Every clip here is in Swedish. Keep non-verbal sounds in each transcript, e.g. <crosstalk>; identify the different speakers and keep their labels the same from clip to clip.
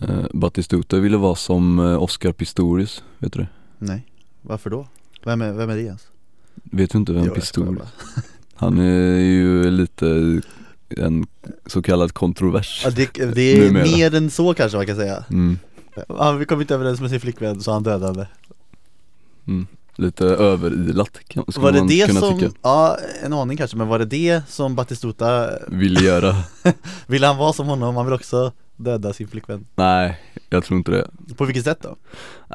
Speaker 1: Eh, Batistuta ville vara som eh, Oscar Pistorius, vet du det?
Speaker 2: Nej, varför då? Vem är, vem är det ens?
Speaker 1: Vet du inte vem
Speaker 2: Jo, jag skojar
Speaker 1: Pistorius?
Speaker 2: bara.
Speaker 1: Han är ju lite en så kallad kontrovers
Speaker 2: Ja, det, det är
Speaker 1: Numera.
Speaker 2: mer än så kanske man kan säga
Speaker 1: mm,
Speaker 2: Han kom inte överens med sin flickvän så han dödade henne
Speaker 1: mm. Lite överilat kan, skulle
Speaker 2: Var det
Speaker 1: man
Speaker 2: det
Speaker 1: kunna
Speaker 2: som,
Speaker 1: tycka
Speaker 2: ja en aning kanske, men var det det som Batistuta,
Speaker 1: Ville
Speaker 2: <laughs>
Speaker 1: göra,
Speaker 2: ville han vara som honom? Han vill också döda sin flickvän
Speaker 1: nej jag tror inte det
Speaker 2: På vilket sätt då?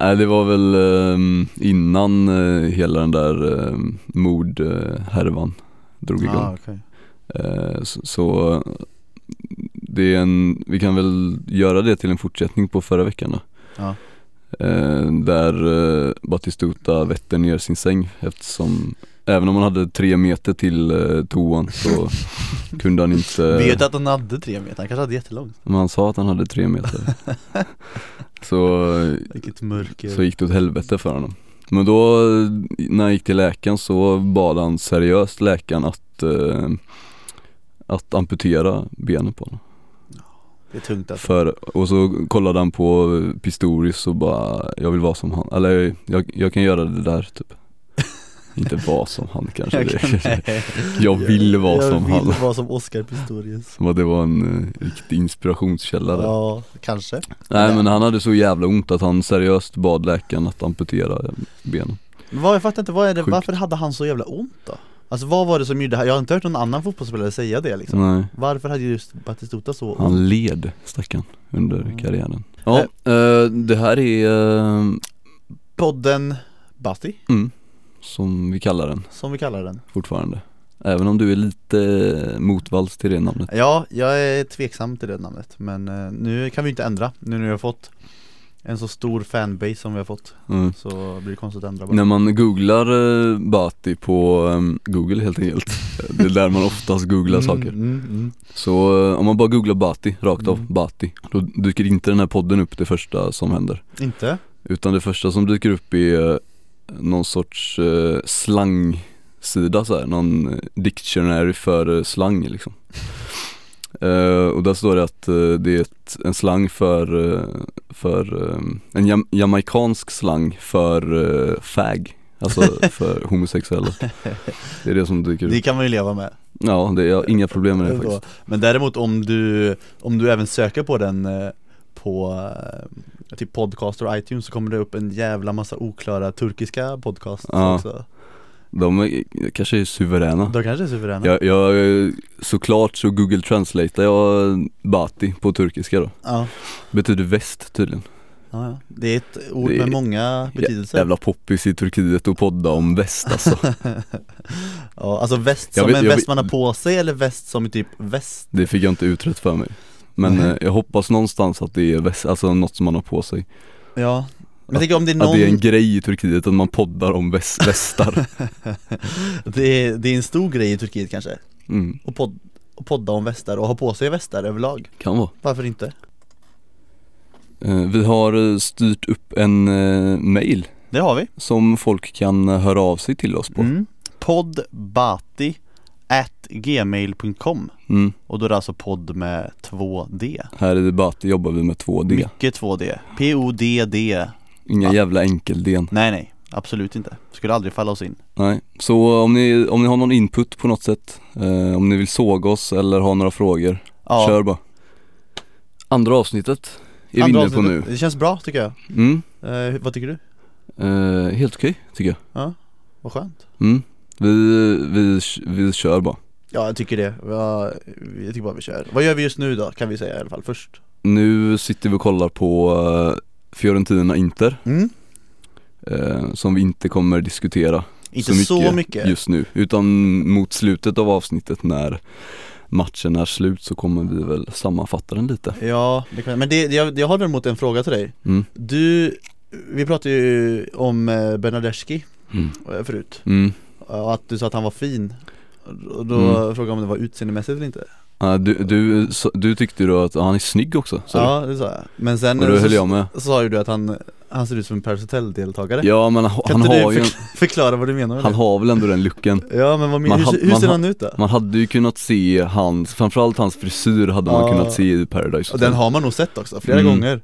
Speaker 1: Nej det var väl ehm, innan eh, hela den där eh, mordhärvan drog igång
Speaker 2: Ah, okej.
Speaker 1: Eh, Så, så det är en, vi kan väl göra det till en fortsättning på förra veckan då.
Speaker 2: Ja.
Speaker 1: Eh, Där eh, Batistuta vetter ner sin säng eftersom Även om han hade tre meter till eh, toan
Speaker 2: <laughs>
Speaker 1: så kunde han inte
Speaker 2: Vet att han hade tre meter, han kanske hade jättelångt
Speaker 1: Men han sa att han hade tre
Speaker 2: <laughs>
Speaker 1: meter Så
Speaker 2: Vilket mörker
Speaker 1: så gick det åt helvete för honom Men då när han gick till läkaren så bad han seriöst läkaren att eh, Att amputera benen på honom
Speaker 2: Det är
Speaker 1: <laughs>
Speaker 2: tungt alltså
Speaker 1: för, Och så kollade han på Pistorius och bara Jag vill vara som han, eller jag, jag kan göra det där
Speaker 2: <laughs>
Speaker 1: typ Inte vara som han kanske
Speaker 2: Jag, kan,
Speaker 1: det.
Speaker 2: nej.
Speaker 1: jag vill vara
Speaker 2: jag
Speaker 1: som
Speaker 2: vill
Speaker 1: han
Speaker 2: vara som Oscar Pistorius
Speaker 1: Som att det var en eh, riktig inspirationskälla där.
Speaker 2: Ja, kanske
Speaker 1: Nej men han hade så jävla ont att han seriöst bad läkaren att amputera benen
Speaker 2: Men vad, jag fattar inte, vad är det,
Speaker 1: Sjukt.
Speaker 2: varför hade han så jävla ont då? Alltså vad var det som gjorde, jag har inte hört någon annan fotbollsspelare säga det liksom
Speaker 1: Nej
Speaker 2: Varför hade just Batistuta så ont?
Speaker 1: Han led stackaren under
Speaker 2: Mm.
Speaker 1: karriären Ja, eh, det här är, eh,
Speaker 2: Podden Batti,
Speaker 1: mm, som vi kallar den
Speaker 2: som vi kallar den
Speaker 1: fortfarande Även om du är lite motvalls till det namnet
Speaker 2: Ja, jag är tveksam till det namnet men eh, nu kan vi inte ändra nu när vi har fått en så stor fanbase som vi har fått
Speaker 1: mm.
Speaker 2: så blir det konstigt att ändra bara
Speaker 1: När man googlar eh, Bati på eh, google helt enkelt <laughs> Det är där man oftast googlar saker
Speaker 2: Mm, mm, mm.
Speaker 1: Så eh, om man bara googlar Bati, rakt av,
Speaker 2: Mm.
Speaker 1: Bati Då dyker inte den här podden upp det första som händer
Speaker 2: Inte?
Speaker 1: Utan det första som dyker upp är eh, någon sorts eh, slangsida så här, någon eh, dictionary för eh, slang liksom. <laughs> Eh, och där står det att eh, det är ett, en slang för, eh, för eh, en jam- jamaikansk slang för eh, fag, alltså för homosexuella. Det är det som dyker
Speaker 2: Det
Speaker 1: upp.
Speaker 2: kan man ju leva med
Speaker 1: Ja, det, jag har inga problem med det faktiskt.
Speaker 2: Men däremot om du, om du även söker på den eh, på eh, typ podcaster och iTunes så kommer det upp en jävla massa oklara turkiska podcasts
Speaker 1: Ja.
Speaker 2: också
Speaker 1: De är, kanske är suveräna.
Speaker 2: De kanske är suveräna
Speaker 1: Jag, jag, såklart så google translatear jag Bati på turkiska då
Speaker 2: Ja,
Speaker 1: Betyder väst tydligen
Speaker 2: ja, ja. Det är ett ord
Speaker 1: Det är-
Speaker 2: med många betydelser <laughs>
Speaker 1: Jävla poppis i Turkiet och podda om väst alltså
Speaker 2: Ja, alltså väst
Speaker 1: Jag
Speaker 2: som
Speaker 1: vet-
Speaker 2: en
Speaker 1: jag
Speaker 2: väst
Speaker 1: vet-
Speaker 2: man har på sig eller väst som är typ väst?
Speaker 1: Det fick jag inte utrett för mig Men
Speaker 2: Nej.
Speaker 1: eh, jag hoppas någonstans att det är väst, alltså något som man har på sig
Speaker 2: Ja Men tänk om det är någon,
Speaker 1: Att det är en grej i Turkiet att man poddar om väst,
Speaker 2: <laughs>
Speaker 1: västar
Speaker 2: det är, det är en stor grej i Turkiet kanske,
Speaker 1: mm,
Speaker 2: och, pod, och podda om västar och ha på sig västar överlag
Speaker 1: Kan vara
Speaker 2: Varför inte?
Speaker 1: eh, Vi har eh, styrt upp en eh, mail
Speaker 2: Det har vi
Speaker 1: som folk kan eh, höra av sig till oss på mm.
Speaker 2: mm. Poddbati at gmail.com Och då är det alltså podd med 2D
Speaker 1: Mm, Här i Bati jobbar vi med 2D
Speaker 2: Mycket 2D P-O-D-D
Speaker 1: Inga
Speaker 2: Ja.
Speaker 1: jävla enkel-D
Speaker 2: Nej nej, absolut inte Skulle aldrig falla oss in
Speaker 1: Nej, så om ni, om ni har någon input på något sätt, eh, om ni vill såga oss eller har några frågor,
Speaker 2: Ja,
Speaker 1: kör bara Andra avsnittet är
Speaker 2: andra
Speaker 1: vi inne på nu
Speaker 2: avsnittet. Det känns bra tycker jag
Speaker 1: mm,
Speaker 2: eh, Vad tycker du?
Speaker 1: eh, Helt okej tycker jag
Speaker 2: Vad skönt
Speaker 1: mm. vi, vi, vi kör bara
Speaker 2: Ja jag tycker det, jag, jag tycker bara vi kör Vad gör vi just nu då kan vi säga i alla fall först?
Speaker 1: Nu sitter vi och kollar på eh, Fiorentina-Inter,
Speaker 2: Mm.
Speaker 1: eh, som vi inte kommer diskutera
Speaker 2: Inte så mycket,
Speaker 1: just nu Utan mot slutet av avsnittet när matchen är slut så kommer vi väl sammanfatta den lite
Speaker 2: Ja, det kan, men det, jag, jag har däremot en fråga till dig
Speaker 1: mm.
Speaker 2: Du, vi pratade ju om eh, Bernadeschi
Speaker 1: Mm.
Speaker 2: eh, förut
Speaker 1: Mm.
Speaker 2: och att du sa att han var fin och då
Speaker 1: Mm.
Speaker 2: frågade jag om det var utseendemässigt eller inte
Speaker 1: Ja, du, du, så- du tyckte då att han är snygg också, sa
Speaker 2: Ja det sa jag, men sen
Speaker 1: du? Och då höll
Speaker 2: så,
Speaker 1: jag med
Speaker 2: så sa ju du att han, han ser ut som en Paris Hotel-deltagare
Speaker 1: Ja men han,
Speaker 2: Kan
Speaker 1: han
Speaker 2: inte
Speaker 1: har
Speaker 2: du
Speaker 1: ju, en,
Speaker 2: förkla- förklara vad du menar med
Speaker 1: han har väl ändå den looken
Speaker 2: det? Ja men vad, men,
Speaker 1: Man
Speaker 2: hur,
Speaker 1: har-
Speaker 2: hur
Speaker 1: man
Speaker 2: ser
Speaker 1: har-
Speaker 2: han ut då?
Speaker 1: Man hade ju kunnat se hans, framförallt hans frisyr hade man
Speaker 2: Ja.
Speaker 1: kunnat se i Paradise
Speaker 2: Och den
Speaker 1: Hotel
Speaker 2: har man nog sett också, flera
Speaker 1: Mm.
Speaker 2: gånger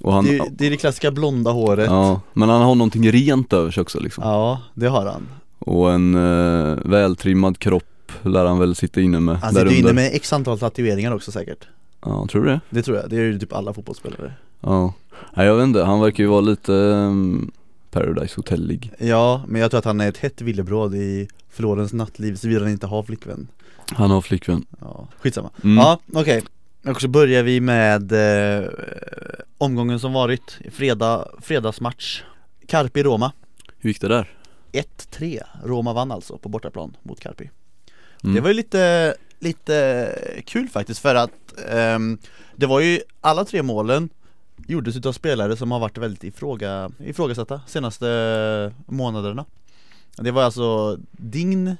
Speaker 1: Och han,
Speaker 2: det, det är det klassiska blonda håret ja.
Speaker 1: ja, men han har någonting rent över sig också liksom
Speaker 2: det har han
Speaker 1: Och en eh, vältrimmad kropp lär han väl sitta inne med
Speaker 2: Han
Speaker 1: där
Speaker 2: sitter ju inne
Speaker 1: under.
Speaker 2: med x antal tatueringar också säkert
Speaker 1: Ja, tror du det?
Speaker 2: Det tror jag, det är ju typ alla fotbollsspelare
Speaker 1: Ja Nej jag vet inte, han verkar ju vara lite ehm, Paradise Hotel-ig
Speaker 2: Ja, men jag tror att han är ett hett villebråd i Florens nattliv såvida han inte har flickvän
Speaker 1: Han har flickvän
Speaker 2: Ja, skitsamma
Speaker 1: Mm.
Speaker 2: Ja, okej Och så börjar vi med eh, omgången som varit, fredag, fredagsmatch Carpi Roma
Speaker 1: Hur gick det där?
Speaker 2: 1-3, Roma vann alltså på bortaplan mot Carpi
Speaker 1: Mm.
Speaker 2: Det var ju lite, lite kul faktiskt för att ehm, det var ju alla tre målen gjordes utav spelare som har varit väldigt ifråga, ifrågasatta senaste månaderna Det var alltså Dign,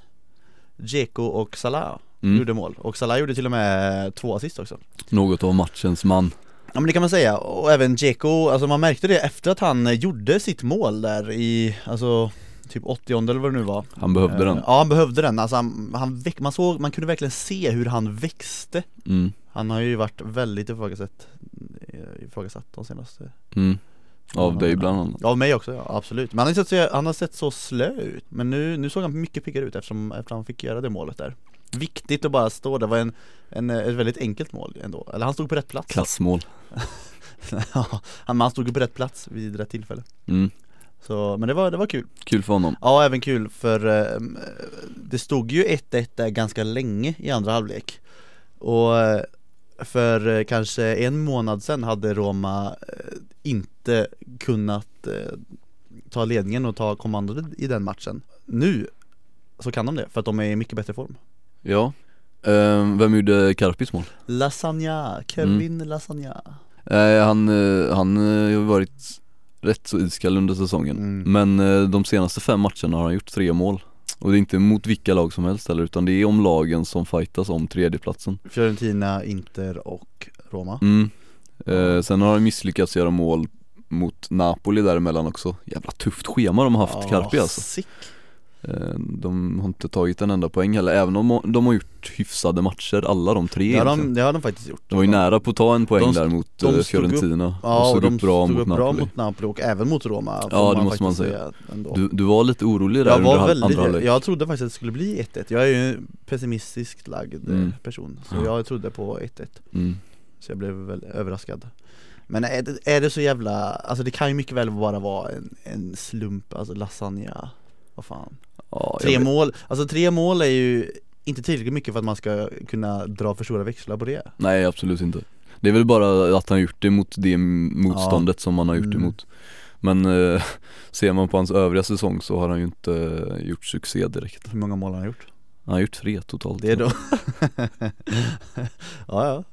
Speaker 2: Dzeko och Salah
Speaker 1: Mm.
Speaker 2: gjorde mål och Salah gjorde till och med två assist också
Speaker 1: Något av matchens man
Speaker 2: Ja men det kan man säga, och även Dzeko, alltså man märkte det efter att han eh, gjorde sitt mål där i, alltså typ 80 eller vad det nu var Eh,
Speaker 1: Han behövde den
Speaker 2: Ja han behövde den, alltså han, han väck, man, såg, man kunde verkligen se hur han växte
Speaker 1: mm.
Speaker 2: Han har ju varit väldigt ifrågasatt, eh, ifrågasatt de senaste
Speaker 1: Mm. Av
Speaker 2: Ja,
Speaker 1: dig
Speaker 2: men-
Speaker 1: bland annat
Speaker 2: Av mig också ja, absolut. Men han har, sett så, han har sett så slö ut Men nu, nu såg han mycket piggare ut eftersom, eftersom han fick göra det målet där Viktigt att bara stå där, det var en, en, eh, ett väldigt enkelt mål ändå, eller han stod på rätt plats
Speaker 1: Klassmål
Speaker 2: <laughs> Ja, han, men han stod ju på rätt plats vid rätt tillfälle
Speaker 1: mm.
Speaker 2: så, men det var, det var kul.
Speaker 1: Kul för honom
Speaker 2: Ja, även kul för eh, det stod ju 1-1 där ganska länge i andra halvlek. Och eh, för eh, kanske en månad sedan hade Roma eh, inte kunnat eh, ta ledningen och ta kommandot i den matchen. Nu så kan de det för att de är i mycket bättre form.
Speaker 1: Ja Ehm, Vem gjorde Karpis mål?
Speaker 2: Lasagna, Kevin
Speaker 1: Mm.
Speaker 2: Lasagna.
Speaker 1: Eh, han, eh, han eh, har varit rätt så iskall under säsongen
Speaker 2: Mm.
Speaker 1: Men eh, de senaste fem matcherna har han gjort tre mål Och det är inte mot vilka lag som helst heller utan det är om lagen som fightas om tredjeplatsen
Speaker 2: Fiorentina, Inter och Roma.
Speaker 1: mm. eh, Sen har han misslyckats göra mål mot Napoli däremellan också Jävla tufft schema de har haft
Speaker 2: Ja,
Speaker 1: Carpi alltså
Speaker 2: sick.
Speaker 1: eh, De har inte tagit en enda poäng heller även om de har gjort hyfsade matcher alla de tre
Speaker 2: Det har,
Speaker 1: egentligen
Speaker 2: de, det har de faktiskt gjort.
Speaker 1: Det var ju nära på att ta en poäng
Speaker 2: de-
Speaker 1: där mot
Speaker 2: de
Speaker 1: eh,
Speaker 2: stod upp-
Speaker 1: Fiorentina
Speaker 2: Ja, och,
Speaker 1: och såg
Speaker 2: de
Speaker 1: upp bra
Speaker 2: stod
Speaker 1: mot
Speaker 2: upp bra
Speaker 1: Napoli
Speaker 2: mot Napoli och även mot Roma får
Speaker 1: Ja, det måste man
Speaker 2: faktiskt
Speaker 1: säga.
Speaker 2: ändå.
Speaker 1: Du, du var lite orolig där
Speaker 2: jag,
Speaker 1: under
Speaker 2: var
Speaker 1: hal- andra
Speaker 2: väldigt,
Speaker 1: halvlek
Speaker 2: jag trodde faktiskt att det skulle bli 1-1, jag är ju en pessimistiskt lagd eh,
Speaker 1: Mm.
Speaker 2: person Så
Speaker 1: Ja.
Speaker 2: jag trodde på 1-1,
Speaker 1: mm.
Speaker 2: så jag blev väl överraskad Men är det, är det så jävla, alltså det kan ju mycket väl bara vara en, en slump, alltså lasagna, vad fan
Speaker 1: ja,
Speaker 2: Tre
Speaker 1: jag vet.
Speaker 2: mål, alltså tre mål är ju inte tillräckligt mycket för att man ska kunna dra för stora växlar på det
Speaker 1: Nej absolut inte Det är väl bara att han gjort det mot det motståndet som han har gjort det
Speaker 2: Mm.
Speaker 1: mot Men eh, <laughs> ser man på hans övriga säsong så har han ju inte eh, gjort succé direkt
Speaker 2: Hur många mål har han gjort?
Speaker 1: Han har gjort tre totalt
Speaker 2: Det är då <laughs> Ja ja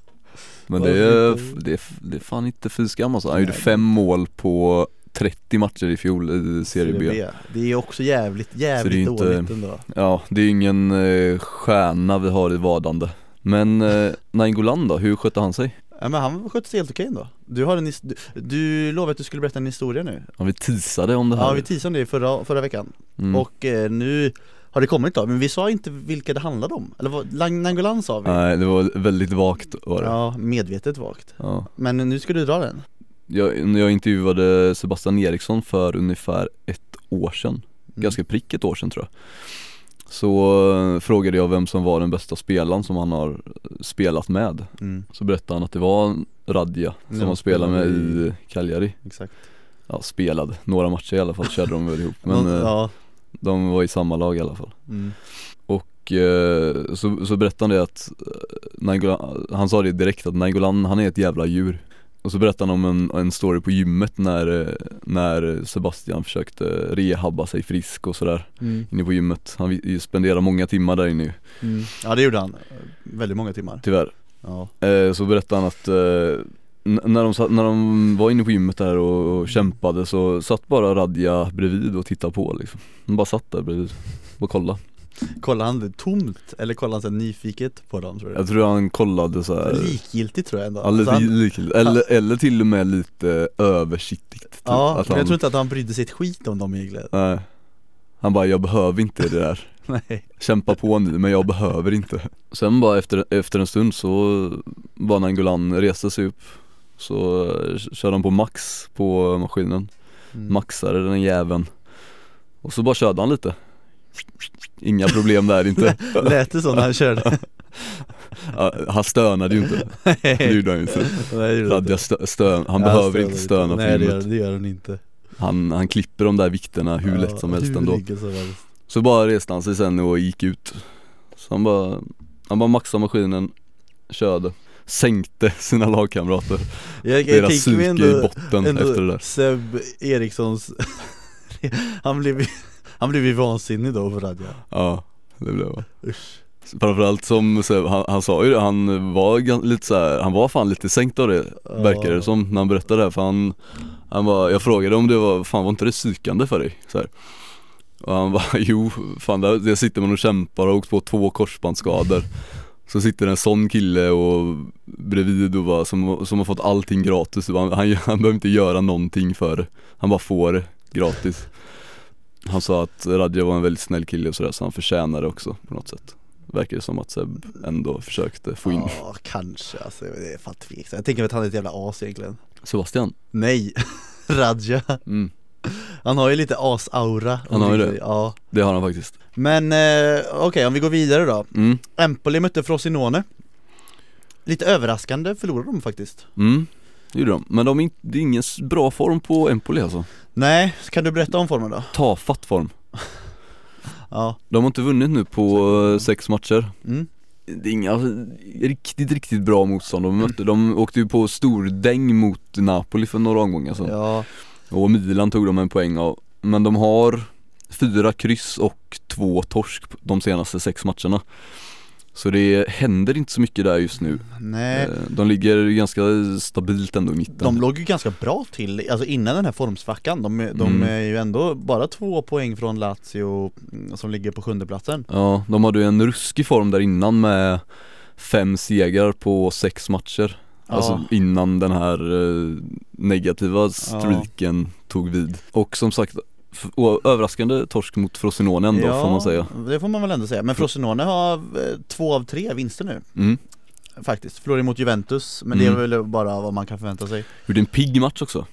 Speaker 1: Men det
Speaker 2: Varför
Speaker 1: är,
Speaker 2: inte?
Speaker 1: det, är, det är fan inte fy skam alltså. Han
Speaker 2: Nej.
Speaker 1: gjorde fem mål på 30 matcher i fjol i Serie B
Speaker 2: Det är också jävligt,
Speaker 1: Så det
Speaker 2: jävligt
Speaker 1: är inte-
Speaker 2: dåligt ändå
Speaker 1: Ja, det är ingen eh, stjärna vi har i vadande Men eh, Nainggolan då, hur skötte han sig?
Speaker 2: Ja, men han skötte sig helt okej ändå Du har en his- du, du lovade att du skulle berätta en historia nu
Speaker 1: Ja, vi teasade om det här
Speaker 2: Ja vi teasade om det i förra, förra veckan
Speaker 1: Mm.
Speaker 2: och eh, nu har det kommit då, men vi sa inte vilka det handlade om Eller vad, Lang- Nangolan sa vi
Speaker 1: Nej, det var väldigt vagt var det
Speaker 2: Ja, medvetet vagt
Speaker 1: Ja.
Speaker 2: Men nu ska du dra den Mm.
Speaker 1: Jag, när jag intervjuade Sebastian Eriksson för ungefär ett år sedan
Speaker 2: Mm.
Speaker 1: ganska prick ett år sedan tror jag Så eh, frågade jag vem som var den bästa spelaren som han har eh, spelat med
Speaker 2: mm,
Speaker 1: Så berättade han att det var Radja som
Speaker 2: Ja,
Speaker 1: han spelade med
Speaker 2: spelade
Speaker 1: i Cagliari
Speaker 2: Exakt
Speaker 1: Ja spelade, några matcher i alla fall körde de väl ihop men
Speaker 2: Någon-
Speaker 1: eh,
Speaker 2: <laughs> ja,
Speaker 1: de var i samma lag i alla fall
Speaker 2: mm,
Speaker 1: Och eh, så, så berättade han det att eh, Nainggolan, han sa det direkt att Nainggolan han är ett jävla djur och så berättade han om en, en story på gymmet när, eh, när Sebastian försökte rehabba sig frisk och sådär
Speaker 2: mm,
Speaker 1: inne på gymmet. Han vi- spenderar många timmar där inne ju,
Speaker 2: mm. Ja det gjorde han, väldigt många timmar
Speaker 1: tyvärr.
Speaker 2: Ja,
Speaker 1: Eh, så berättade han att eh, n- när, de satt, när de var inne på gymmet där och, och kämpade så satt bara Radja bredvid och tittade på liksom. De bara satt där bredvid och kollade.
Speaker 2: kollade han det tomt eller kollade han så här nyfiket på dem tror du?
Speaker 1: Jag tror han kollade så här.
Speaker 2: Likgiltigt tror jag ändå
Speaker 1: Alldeles
Speaker 2: Alltså han-
Speaker 1: likgiltigt. eller, eller till och med lite översiktligt typ.
Speaker 2: Ja,
Speaker 1: Att
Speaker 2: men
Speaker 1: han,
Speaker 2: jag tror inte att han brydde sig ett skit om
Speaker 1: <laughs>
Speaker 2: dem egentligen
Speaker 1: nej. han bara, jag behöver inte det där
Speaker 2: Nej
Speaker 1: Kämpa på nu men jag behöver inte Sen bara efter, efter en stund så var Nangolan reste sig upp Så eh, körde han på max på maskinen
Speaker 2: Mm.
Speaker 1: Maxade den jäveln Och så bara körde han lite Inga problem där
Speaker 2: <laughs>
Speaker 1: inte
Speaker 2: Lät det
Speaker 1: <laughs>
Speaker 2: så när han körde?
Speaker 1: Ja, Han stönade ju inte, det gjorde han ju
Speaker 2: <laughs>
Speaker 1: inte
Speaker 2: Nej, det
Speaker 1: Så
Speaker 2: gjorde det
Speaker 1: att
Speaker 2: inte.
Speaker 1: jag stö- stön, han
Speaker 2: Ja,
Speaker 1: behöver
Speaker 2: stönar
Speaker 1: inte stöna för
Speaker 2: Nej det gör,
Speaker 1: gymmet
Speaker 2: det gör han inte
Speaker 1: han, han klipper de där vikterna hur
Speaker 2: Ja,
Speaker 1: lätt som helst
Speaker 2: hur
Speaker 1: ändå
Speaker 2: mycket som helst.
Speaker 1: Så bara reste han sig sen och gick ut Så han bara, han bara maxade maskinen, körde Sänkte sina lagkamrater,
Speaker 2: Jag, jag
Speaker 1: deras
Speaker 2: tänker mig
Speaker 1: psyke i
Speaker 2: ändå,
Speaker 1: botten
Speaker 2: ändå
Speaker 1: efter det där
Speaker 2: Seb Erikssons <laughs> Han blev ju- han blev ju vansinnig då på radio
Speaker 1: Ja, det blev det
Speaker 2: Usch
Speaker 1: Framförallt som, så, han, han sa ju det, han var gan- lite så här, han var fan lite sänkt av det
Speaker 2: Ja.
Speaker 1: Verkar det som när han berättade det här för han Han bara, jag frågade om det var, fan var inte det psykande för dig? Så här. Och han bara, <laughs> jo fan där, där sitter man och kämpar och har åkt på två korsbandsskador Så sitter en sån kille och bredvid och bara, som, som har fått allting gratis han, han, han behöver inte göra någonting för det Han bara får det gratis Han sa att Radja var en väldigt snäll kille och sådär så han förtjänar det också på något sätt Verkar det som att Seb ändå försökte få in
Speaker 2: Ja kanske alltså, det är fan tveksamt Jag tänker mig att han är ett jävla as egentligen
Speaker 1: Sebastian
Speaker 2: Nej <laughs> Radja
Speaker 1: mm,
Speaker 2: Han har ju lite as-aura
Speaker 1: Han har ju det.
Speaker 2: Ja
Speaker 1: Det har han faktiskt
Speaker 2: Men eh, okej om vi går vidare då
Speaker 1: mm,
Speaker 2: Empoli mötte Frosinone Lite överraskande förlorade de faktiskt
Speaker 1: mm det gjorde de, men de är inte, det är ingen s- bra form på Empoli alltså
Speaker 2: Nej, kan du berätta om formen då?
Speaker 1: Tafatt form
Speaker 2: Ja,
Speaker 1: De har inte vunnit nu på eh, sex matcher
Speaker 2: mm.
Speaker 1: Det är inga alltså, riktigt, riktigt bra motstånd de mötte De åkte ju på stordäng mot Napoli för några omgångar sedan
Speaker 2: ja,
Speaker 1: Och Milan tog de en poäng av Men de har fyra kryss och två torsk de senaste sex matcherna Så det händer inte så mycket där just nu
Speaker 2: nej
Speaker 1: Eh, De ligger ganska stabilt ändå i mitten
Speaker 2: De låg ju ganska bra till, alltså innan den här formsvackan De, är- de
Speaker 1: Mm.
Speaker 2: är ju ändå bara två poäng från Lazio mm, som ligger på sjundeplatsen
Speaker 1: Ja, de hade ju en ruskig form där innan med fem segrar på sex matcher Alltså innan den här eh, negativa streaken tog vid Och som sagt, f- o- överraskande torsk mot Frosinone ändå får man säga
Speaker 2: det får man väl ändå säga Men Frosinone har eh, två av tre vinster nu
Speaker 1: mm.
Speaker 2: faktiskt Förlorade mot Juventus, men det är
Speaker 1: Mm.
Speaker 2: väl bara vad man kan förvänta sig
Speaker 1: Gjorde en pigg match också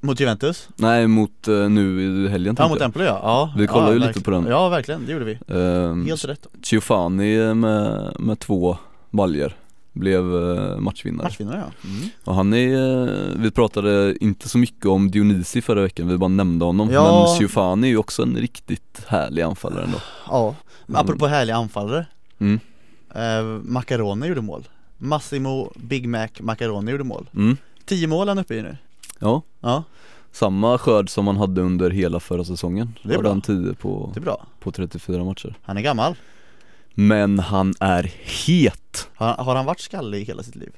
Speaker 2: Mot Juventus?
Speaker 1: Nej, mot eh, nu i helgen
Speaker 2: Ja,
Speaker 1: tänkte
Speaker 2: mot
Speaker 1: jag
Speaker 2: Empoli ja, ja
Speaker 1: Vi kollar
Speaker 2: ja,
Speaker 1: ju lite
Speaker 2: verkligen.
Speaker 1: på den.
Speaker 2: Ja, verkligen, det gjorde vi
Speaker 1: Ehm,
Speaker 2: Helt rätt
Speaker 1: Ciofani med, med två baljer blev eh, matchvinnare
Speaker 2: Matchvinnare ja mm.
Speaker 1: Och han är, eh, vi pratade inte så mycket om Dionisi förra veckan, vi bara nämnde honom
Speaker 2: Ja.
Speaker 1: Men Ciofani är ju också en riktigt härlig anfallare ändå
Speaker 2: Ja, men
Speaker 1: Mm.
Speaker 2: apropå härliga anfallare
Speaker 1: Mm.
Speaker 2: eh, Macaroni gjorde mål Massimo Big Mac Macaroni gjorde mål
Speaker 1: mm.
Speaker 2: Tio mål är han uppe i nu
Speaker 1: Ja,
Speaker 2: Ja,
Speaker 1: samma skörd som han hade under hela förra säsongen
Speaker 2: Det är
Speaker 1: Har
Speaker 2: bra. Typ.
Speaker 1: han 10 på,
Speaker 2: det är bra
Speaker 1: på 34 matcher
Speaker 2: Han är gammal
Speaker 1: Men han är het!
Speaker 2: Har, har han varit skallig hela sitt liv?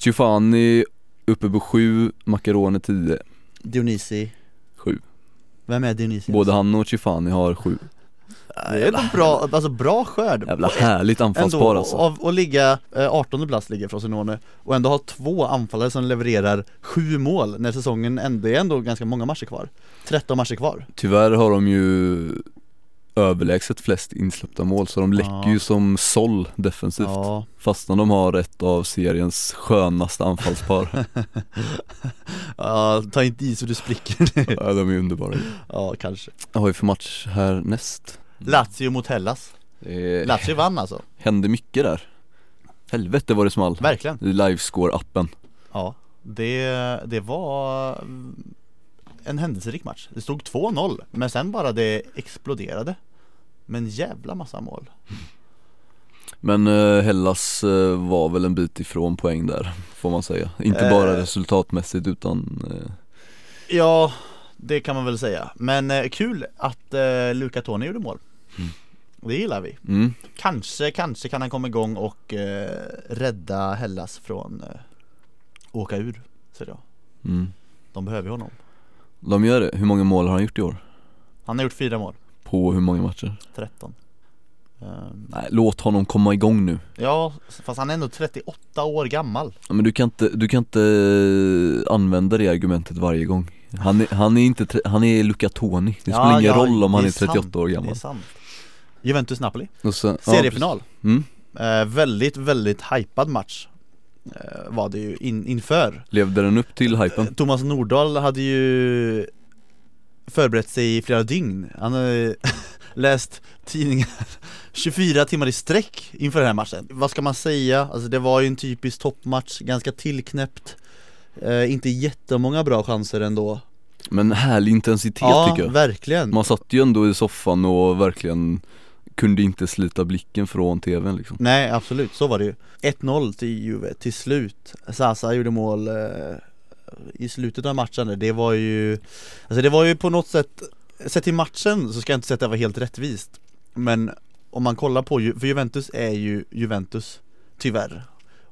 Speaker 1: Ciofani uppe på 7, Macaroni 10,
Speaker 2: Dionisi
Speaker 1: 7
Speaker 2: Vem är Dionisi?
Speaker 1: Både han och Ciofani har 7
Speaker 2: Det är en bra, alltså bra skörd
Speaker 1: Jävla härligt anfallspar
Speaker 2: Ändå,
Speaker 1: alltså
Speaker 2: av att ligga eh, 18 plats ligger Frosinone och ändå ha två anfallare som levererar sju mål när säsongen ändå, det är ändå ganska många matcher kvar 13 matcher kvar
Speaker 1: Tyvärr har de ju överlägset flest insläppta mål så de läcker
Speaker 2: Ja.
Speaker 1: ju som såll defensivt
Speaker 2: Ja,
Speaker 1: Fastän de har ett av seriens skönaste
Speaker 2: <laughs>
Speaker 1: anfallspar
Speaker 2: ja ta inte i så du spricker
Speaker 1: Ja de är ju underbara
Speaker 2: Ja, kanske
Speaker 1: Vad har vi för match härnäst?
Speaker 2: Lazio mot Hellas
Speaker 1: Det
Speaker 2: Lazio vann alltså,
Speaker 1: Eh, hände mycket där Helvete vad det small
Speaker 2: verkligen
Speaker 1: I livescore-appen
Speaker 2: Ja, det, det var mm, en händelserik match Det stod 2-0, men sen bara det exploderade Med en jävla massa mål
Speaker 1: Men eh, Hellas eh, var väl en bit ifrån poäng där Får man säga Inte bara
Speaker 2: Eh.
Speaker 1: resultatmässigt utan eh,
Speaker 2: Ja, det kan man väl säga Men eh, kul att eh, Luca Toni gjorde mål Det gillar vi
Speaker 1: mm.
Speaker 2: Kanske, kanske kan han komma igång och eh, rädda Hellas från eh, åka ur, säger jag
Speaker 1: Mm.
Speaker 2: De behöver ju honom
Speaker 1: De gör det, hur många mål har han gjort i år?
Speaker 2: Han har gjort fyra mål,
Speaker 1: På hur många matcher?
Speaker 2: 13 Ehm,
Speaker 1: Nej, låt honom komma igång nu
Speaker 2: Ja, fast han är ändå 38 år gammal
Speaker 1: Ja, Men du kan inte, du kan inte eh, använda det argumentet varje gång Han är, han är inte, tre- han är Luca Toni Det spelar
Speaker 2: Ja,
Speaker 1: ingen
Speaker 2: ja,
Speaker 1: roll om han
Speaker 2: det
Speaker 1: är
Speaker 2: är
Speaker 1: 38 år
Speaker 2: Det är
Speaker 1: gammal
Speaker 2: sant Juventus-Napoli,
Speaker 1: Och sen- ja,
Speaker 2: seriefinal
Speaker 1: precis. mm.
Speaker 2: eh, Väldigt, väldigt hypad match eh, var det ju in, inför.
Speaker 1: Levde den upp till hypen?
Speaker 2: Thomas Nordahl hade ju förberett sig i flera dygn. Han har <laughs> läst tidningar <laughs> 24 timmar i sträck inför den här matchen. Vad ska man säga? Alltså det var ju en typisk toppmatch, ganska tillknäppt. Eh, inte jättemånga bra chanser ändå.
Speaker 1: Men härlig intensitet
Speaker 2: ja,
Speaker 1: tycker jag
Speaker 2: verkligen.
Speaker 1: Man satt ju ändå i soffan och verkligen kunde inte slita blicken från tvn liksom
Speaker 2: Nej absolut, så var det ju 1-0 till Juve till slut Sasa gjorde mål eh, i slutet av matchen där. det var ju Alltså det var ju på något sätt Sett till matchen så ska jag inte säga att det var helt rättvist Men om man kollar på, Ju- för Juventus är ju Juventus Tyvärr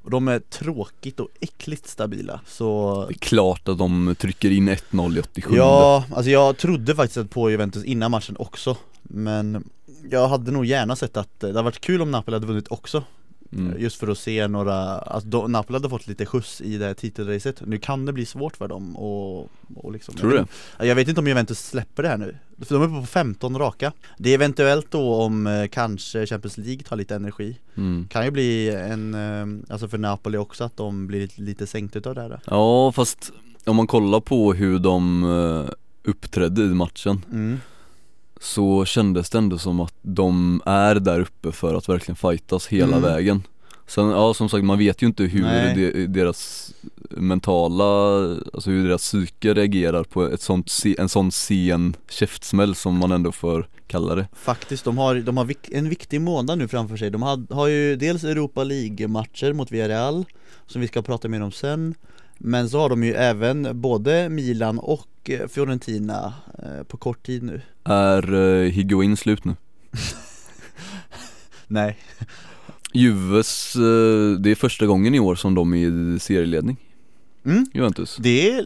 Speaker 2: Och de är tråkigt och äckligt stabila så
Speaker 1: Det är klart att de trycker in 1-0 i 87
Speaker 2: Ja, alltså jag trodde faktiskt att på Juventus innan matchen också Men jag hade nog gärna sett att det hade varit kul om Napoli hade vunnit också
Speaker 1: mm.
Speaker 2: Eh, Just för att se några, alltså då, Napoli hade fått lite skjuts i det här titelracet Nu kan det bli svårt för dem och, och liksom
Speaker 1: Tror du det?
Speaker 2: det? Jag vet inte om Juventus släpper det här nu För de är på 15 raka Det är eventuellt då om eh, kanske Champions League tar lite energi
Speaker 1: Mm.
Speaker 2: Kan ju bli en, eh, alltså för Napoli också att de blir lite, lite sänkta utav det här
Speaker 1: Ja fast om man kollar på hur de eh, uppträdde i matchen
Speaker 2: mm.
Speaker 1: Så kändes det ändå som att de är där uppe för att verkligen fightas hela
Speaker 2: Mm.
Speaker 1: vägen Sen, ja som sagt man vet ju inte hur
Speaker 2: Nej.
Speaker 1: de, deras mentala, alltså hur deras psyke reagerar på ett sånt, se- en sån sen käftsmäll som man ändå får kalla det
Speaker 2: Faktiskt, de har, de har vik- en viktig månad nu framför sig. De har, har ju dels Europa League-matcher mot Villarreal, som vi ska prata mer om sen. Men så har de ju även både Milan och eh, Fiorentina eh, på kort tid nu.
Speaker 1: Är eh, Higuain slut nu?
Speaker 2: Nej.
Speaker 1: Juves, eh, det är första gången i år som de är i serieledning
Speaker 2: Mm.
Speaker 1: Juventus
Speaker 2: Det är eh,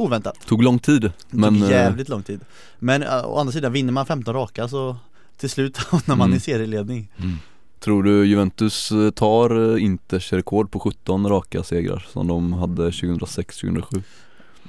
Speaker 2: oväntat.
Speaker 1: Tog lång tid
Speaker 2: Men, det
Speaker 1: men
Speaker 2: tog
Speaker 1: eh,
Speaker 2: jävligt lång tid. Men eh, å andra sidan, vinner man 15 raka så till slut <laughs> hamnar man
Speaker 1: Mm.
Speaker 2: i serieledning.
Speaker 1: tror du Juventus eh, tar eh, Inters rekord på 17 raka segrar som de hade 2006-2007?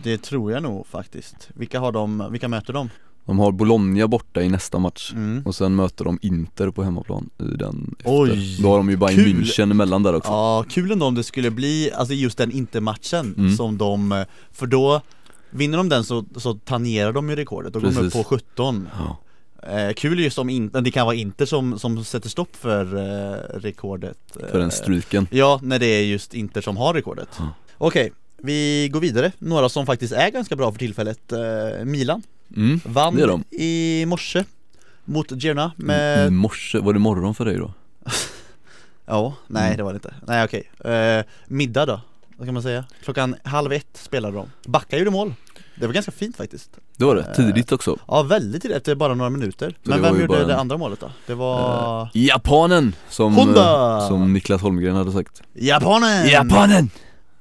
Speaker 2: Det tror jag nog faktiskt. Vilka har de, vilka möter de?
Speaker 1: De har Bologna borta i nästa match
Speaker 2: Mm.
Speaker 1: och sen möter de Inter på hemmaplan i den efter.
Speaker 2: Oj,
Speaker 1: Då har de ju Bayern
Speaker 2: kul.
Speaker 1: München emellan där också
Speaker 2: Ja, kul ändå om det skulle bli, alltså just den inte-matchen
Speaker 1: Mm.
Speaker 2: som de, för då Vinner de den så, så tangerar de ju rekordet och går de upp
Speaker 1: Precis.
Speaker 2: på 17
Speaker 1: Ja.
Speaker 2: eh, Kul just om inte, det kan vara inte som, som sätter stopp för eh, rekordet eh,
Speaker 1: För den streaken
Speaker 2: Ja, när det är just Inter som har rekordet
Speaker 1: Ja.
Speaker 2: Okej, vi går vidare, några som faktiskt är ganska bra för tillfället eh, Milan
Speaker 1: mm.
Speaker 2: vann
Speaker 1: Det är de. Mm,
Speaker 2: i morse mot Girona med
Speaker 1: I morse, var det morgon för dig då?
Speaker 2: Ja, nej
Speaker 1: Mm.
Speaker 2: det var det inte. Nej okej. Eh, middag då? Vad kan man säga? Klockan halv ett spelade de. Backa gjorde mål. Det var ganska fint faktiskt.
Speaker 1: Det var
Speaker 2: Eh,
Speaker 1: det, tidigt också
Speaker 2: Ja, väldigt tidigt efter bara några minuter.
Speaker 1: det
Speaker 2: Men
Speaker 1: var
Speaker 2: vem
Speaker 1: ju
Speaker 2: gjorde
Speaker 1: bara Eh. en-
Speaker 2: det andra målet då? Det var
Speaker 1: Japanen! Som,
Speaker 2: Honda!
Speaker 1: eh, som Niklas Holmgren hade sagt
Speaker 2: Japanen!
Speaker 1: Japanen!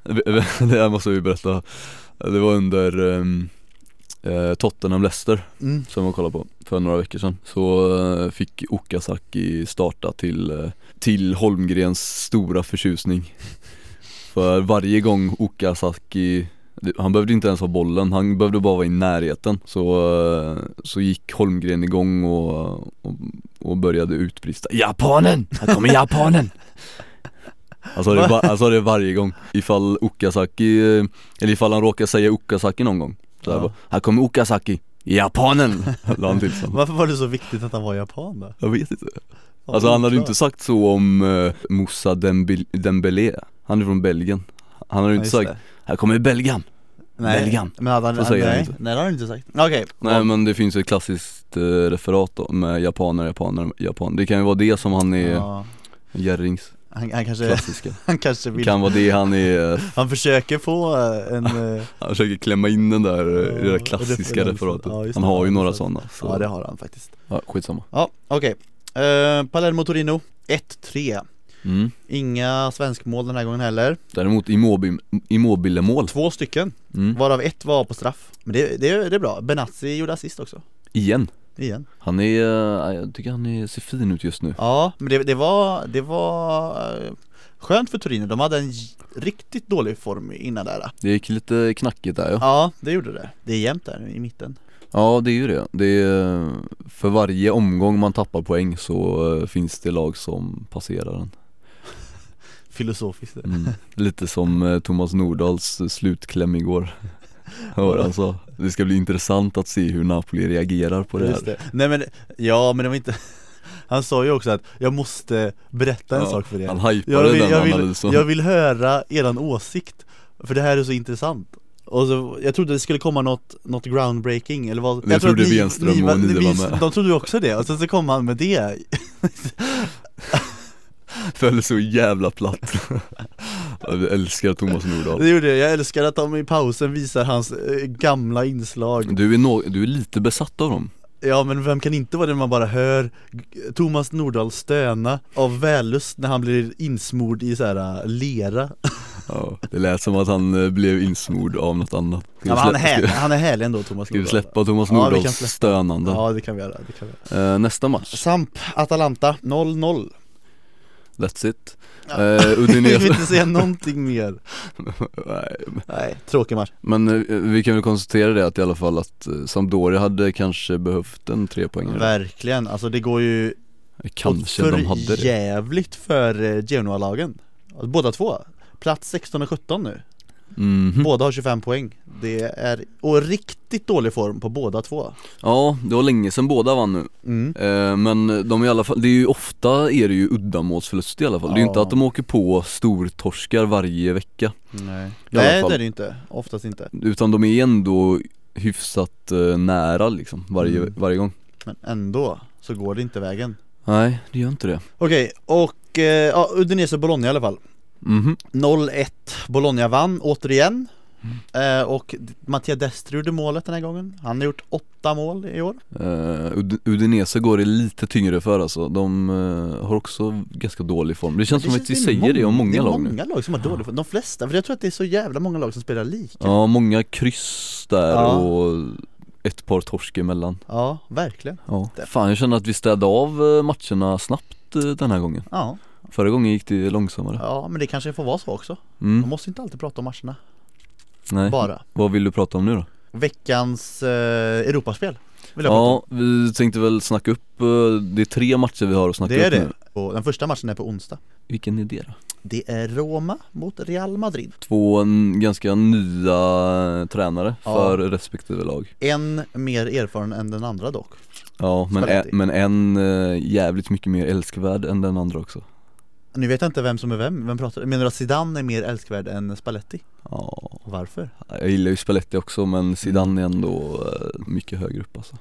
Speaker 1: Det här måste vi <laughs> berätta Det var under ehm, eh, Tottenham-Leicester
Speaker 2: Mm.
Speaker 1: som jag kollade på för några veckor sedan Så eh, fick Okazaki starta till, eh, till Holmgrens stora förtjusning För varje gång Okazaki det- han behövde inte ens ha bollen, han behövde bara vara i närheten Så, eh, så gick Holmgren igång och, och, och började utbrista Japanen! Här kommer japanen! Han sa, det var, han sa det varje gång Ifall Okazaki, eh, eller ifall han råkar säga Okazaki någon gång så här,
Speaker 2: Ja.
Speaker 1: bara, Här kommer Okazaki,
Speaker 2: <laughs>
Speaker 1: japanen! La han till sen.
Speaker 2: Varför var det så viktigt att han var japan då?
Speaker 1: Jag vet inte
Speaker 2: Ja,
Speaker 1: Alltså han hade ju
Speaker 2: oklart.
Speaker 1: inte sagt så om uh, Moussa Dembil- Dembélé Han är från Belgien Han hade ju
Speaker 2: Ja,
Speaker 1: inte
Speaker 2: just
Speaker 1: sagt
Speaker 2: det.
Speaker 1: Här kommer belgaren
Speaker 2: Nej,
Speaker 1: Belgian.
Speaker 2: Men hade han,
Speaker 1: Så säger han
Speaker 2: nej,
Speaker 1: inte.
Speaker 2: nej det har han inte sagt. Okej.
Speaker 1: Nej men det finns ju ett klassiskt eh, referat då med japaner, japaner, japaner Det kan ju vara det som han är,
Speaker 2: Ja.
Speaker 1: Jerrings
Speaker 2: Han, han kanske, <laughs>
Speaker 1: klassiska
Speaker 2: han kanske
Speaker 1: Det
Speaker 2: vill,
Speaker 1: kan vara det han är, eh,
Speaker 2: han försöker få eh, en eh,
Speaker 1: <laughs> han försöker klämma in den där, eh, i det där
Speaker 2: Ja,
Speaker 1: klassiska
Speaker 2: referensen.
Speaker 1: referatet
Speaker 2: Ja, just
Speaker 1: Han
Speaker 2: det.
Speaker 1: har ju
Speaker 2: Ja,
Speaker 1: några
Speaker 2: precis.
Speaker 1: sådana så,
Speaker 2: Ja det har han faktiskt.
Speaker 1: ja, skitsamma
Speaker 2: Ja, okej. Eh, Palermo Torino 1-3.
Speaker 1: mm.
Speaker 2: Inga svenskmål den här gången heller.
Speaker 1: Däremot Immobile, Immobile-mål
Speaker 2: Två stycken,
Speaker 1: mm.
Speaker 2: varav ett var på straff. Men det, det, det är bra. Benazzi gjorde assist också.
Speaker 1: Igen
Speaker 2: Igen.
Speaker 1: Han är, eh, jag tycker han är, ser fin ut just nu
Speaker 2: Ja, men det, det var, det var eh, skönt för Torino. De hade en j- riktigt dålig form innan där.
Speaker 1: Det gick lite knackigt där ja
Speaker 2: Ja, det gjorde det. Det är jämnt där i mitten.
Speaker 1: Ja det är ju det, det är, eh, för varje omgång man tappar poäng så eh, finns det lag som passerar den
Speaker 2: filosofiskt där. <laughs>
Speaker 1: Mm. Lite som eh, Thomas Nordahls eh, slutkläm
Speaker 2: <laughs>
Speaker 1: igår Hör han sa, det ska bli intressant att se hur Napoli reagerar på det här
Speaker 2: Just det. Nej men, ja men det var inte <laughs> Han sa ju också att jag måste berätta en
Speaker 1: Ja,
Speaker 2: sak för er
Speaker 1: Han hypade
Speaker 2: jag vill,
Speaker 1: den
Speaker 2: jag, vill,
Speaker 1: analysen
Speaker 2: jag vill höra eran åsikt För det här är så intressant och så, jag trodde det skulle komma något, något groundbreaking eller vad
Speaker 1: Det
Speaker 2: jag tror att
Speaker 1: trodde
Speaker 2: ni-
Speaker 1: Wenström
Speaker 2: ni
Speaker 1: och ni var
Speaker 2: vi-
Speaker 1: med.
Speaker 2: De trodde ju också det, och sen så kom han med det
Speaker 1: <laughs> Föll så jävla
Speaker 2: <laughs>
Speaker 1: platt Jag älskar Thomas Nordahl
Speaker 2: Det gjorde jag, jag älskar att de i pausen visar hans eh, gamla inslag
Speaker 1: du är, nå- du är lite besatt av dem
Speaker 2: Ja men vem kan inte vara det man bara hör G- Thomas Nordahl stöna av vällust när han blir insmord i så här eh, lera
Speaker 1: ja, Det lät som att han eh, blev insmord av något annat Ska vi
Speaker 2: Ja, men han,
Speaker 1: slä-
Speaker 2: är
Speaker 1: ska-
Speaker 2: härlig, han är härlig ändå Thomas
Speaker 1: Ska vi
Speaker 2: Nordahl
Speaker 1: släppa Thomas
Speaker 2: Ja, vi kan
Speaker 1: Nordahls
Speaker 2: släppa.
Speaker 1: stönande?
Speaker 2: Ja det kan vi göra, det kan vi göra.
Speaker 1: Eh, nästa match,
Speaker 2: Samp, Atalanta 0-0
Speaker 1: that's it
Speaker 2: Ja.
Speaker 1: Eh,
Speaker 2: <laughs> Vi vill
Speaker 1: Udinese
Speaker 2: inte säga någonting mer
Speaker 1: Nej,
Speaker 2: Nej, tråkig match
Speaker 1: Men eh, vi kan väl konstatera det att i alla fall att eh, Sampdoria hade kanske behövt en trepoängare
Speaker 2: Verkligen, alltså det går ju
Speaker 1: Eh, Kanske
Speaker 2: åt för
Speaker 1: de hade det
Speaker 2: jävligt för eh, Genoa-lagen Alltså, Båda två Plats 16 och 17
Speaker 1: Mm.
Speaker 2: nu
Speaker 1: Mhm.
Speaker 2: Båda har 25 poäng Det är, och riktigt dålig form på båda två
Speaker 1: Ja, det var länge sedan båda vann nu
Speaker 2: mm.
Speaker 1: Eh, Men de i alla fall, det är ju ofta är det ju uddamålsförlust i alla fall Det är ju
Speaker 2: Ja.
Speaker 1: inte att de åker på stortorskar varje vecka
Speaker 2: Nej,
Speaker 1: I alla
Speaker 2: Nej
Speaker 1: fall.
Speaker 2: det är det inte, oftast inte
Speaker 1: Utan de är ändå hyfsat eh, nära liksom varje,
Speaker 2: Mm.
Speaker 1: varje gång
Speaker 2: Men ändå så går det inte vägen
Speaker 1: Nej, det gör inte det
Speaker 2: Okej, och eh, ja, Udinese och Bologna i alla fall
Speaker 1: Mhm.
Speaker 2: 0-1 Bologna vann återigen
Speaker 1: Mm.
Speaker 2: eh, Och Mattia Destri gjorde målet den här gången Han har gjort åtta mål i år
Speaker 1: Eh, Ud- Udinese går det lite tyngre för alltså, de eh, har också ganska dålig form Det känns som att vi
Speaker 2: är
Speaker 1: säger det om många
Speaker 2: det är
Speaker 1: lag nu
Speaker 2: många lag som har dålig form, de flesta, för jag tror att det är så jävla många lag som spelar lika Ja,
Speaker 1: Ja, många kryss där
Speaker 2: Ja.
Speaker 1: och ett par torsk emellan
Speaker 2: verkligen
Speaker 1: ja. Fan jag känner att vi städade av eh, matcherna snabbt eh, den här gången
Speaker 2: ja.
Speaker 1: Förra gången gick det långsammare
Speaker 2: ja, men det kanske får vara så också Man
Speaker 1: mm.
Speaker 2: måste inte alltid prata om matcherna,
Speaker 1: Nej.
Speaker 2: bara
Speaker 1: Vad vill du prata om nu då?
Speaker 2: Veckans eh, Europaspel vill jag prata om
Speaker 1: Ja, vi tänkte väl snacka upp, eh, det är tre matcher vi har att snacka
Speaker 2: Det är
Speaker 1: upp
Speaker 2: det,
Speaker 1: nu
Speaker 2: och den första matchen är på onsdag
Speaker 1: Vilken är det då?
Speaker 2: Det är Roma mot Real Madrid
Speaker 1: Två mm, ganska nya eh, tränare
Speaker 2: Ja.
Speaker 1: för respektive lag
Speaker 2: En mer erfaren än den andra dock
Speaker 1: Ja, men, en,
Speaker 2: Spalletti.
Speaker 1: men en eh, jävligt mycket mer älskvärd än den andra också
Speaker 2: Nu vet jag inte vem som är vem, vem pratar Menar du att Zidane är mer älskvärd än Spalletti?
Speaker 1: Ja,
Speaker 2: Varför?
Speaker 1: Jag gillar ju Spalletti också
Speaker 2: Mm.
Speaker 1: men Zidane är ändå eh, mycket högre upp alltså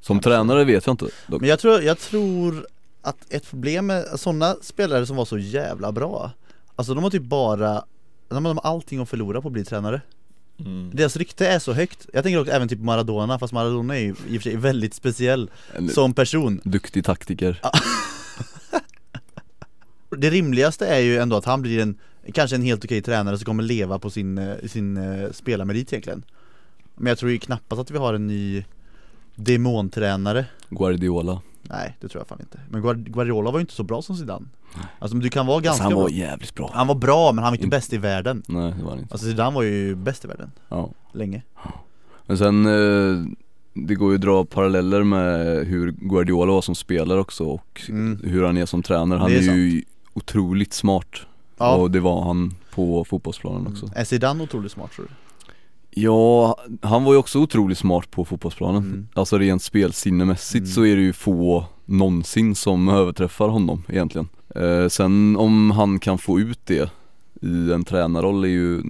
Speaker 1: Som tränare vet jag inte dock.
Speaker 2: Men jag tror, jag tror att ett problem med sådana spelare som var så jävla bra Alltså de har typ bara de har allting att förlora på att bli tränare
Speaker 1: Mm.
Speaker 2: Deras rykte är så högt Jag tänker också även typ Maradona, fast Maradona är ju i och för sig väldigt speciell
Speaker 1: En
Speaker 2: som person
Speaker 1: Duktig taktiker
Speaker 2: Det rimligaste är ju ändå att han blir en, kanske en helt okej tränare som kommer leva på sin, eh, sin eh, spelarmerit egentligen Men jag tror ju knappast att vi har en ny demontränare
Speaker 1: Guardiola
Speaker 2: Nej, det tror jag fan inte. Men Guard- Guardiola var ju inte så bra som Zidane. Alltså du kan vara ganska
Speaker 1: Han var
Speaker 2: bra.
Speaker 1: jävligt bra
Speaker 2: Han var bra, men han var inte
Speaker 1: In-
Speaker 2: bäst i världen.
Speaker 1: Nej det var han inte
Speaker 2: Alltså Zidane var ju bäst i världen,
Speaker 1: ja.
Speaker 2: länge.
Speaker 1: Men sen eh, Det går ju att dra paralleller med hur Guardiola var som spelare också och
Speaker 2: Mm.
Speaker 1: hur han är som tränare Han
Speaker 2: Det
Speaker 1: är,
Speaker 2: är
Speaker 1: ju otroligt smart
Speaker 2: Ja. Mm.
Speaker 1: och det var han på fotbollsplanen också
Speaker 2: Är Zidane otroligt smart tror du?
Speaker 1: Ja, han var ju också otroligt smart på fotbollsplanen
Speaker 2: Mm.
Speaker 1: Alltså rent spelsinnemässigt
Speaker 2: Mm.
Speaker 1: så är det ju få någonsin som överträffar honom egentligen eh, Sen om han kan få ut det i en tränarroll är ju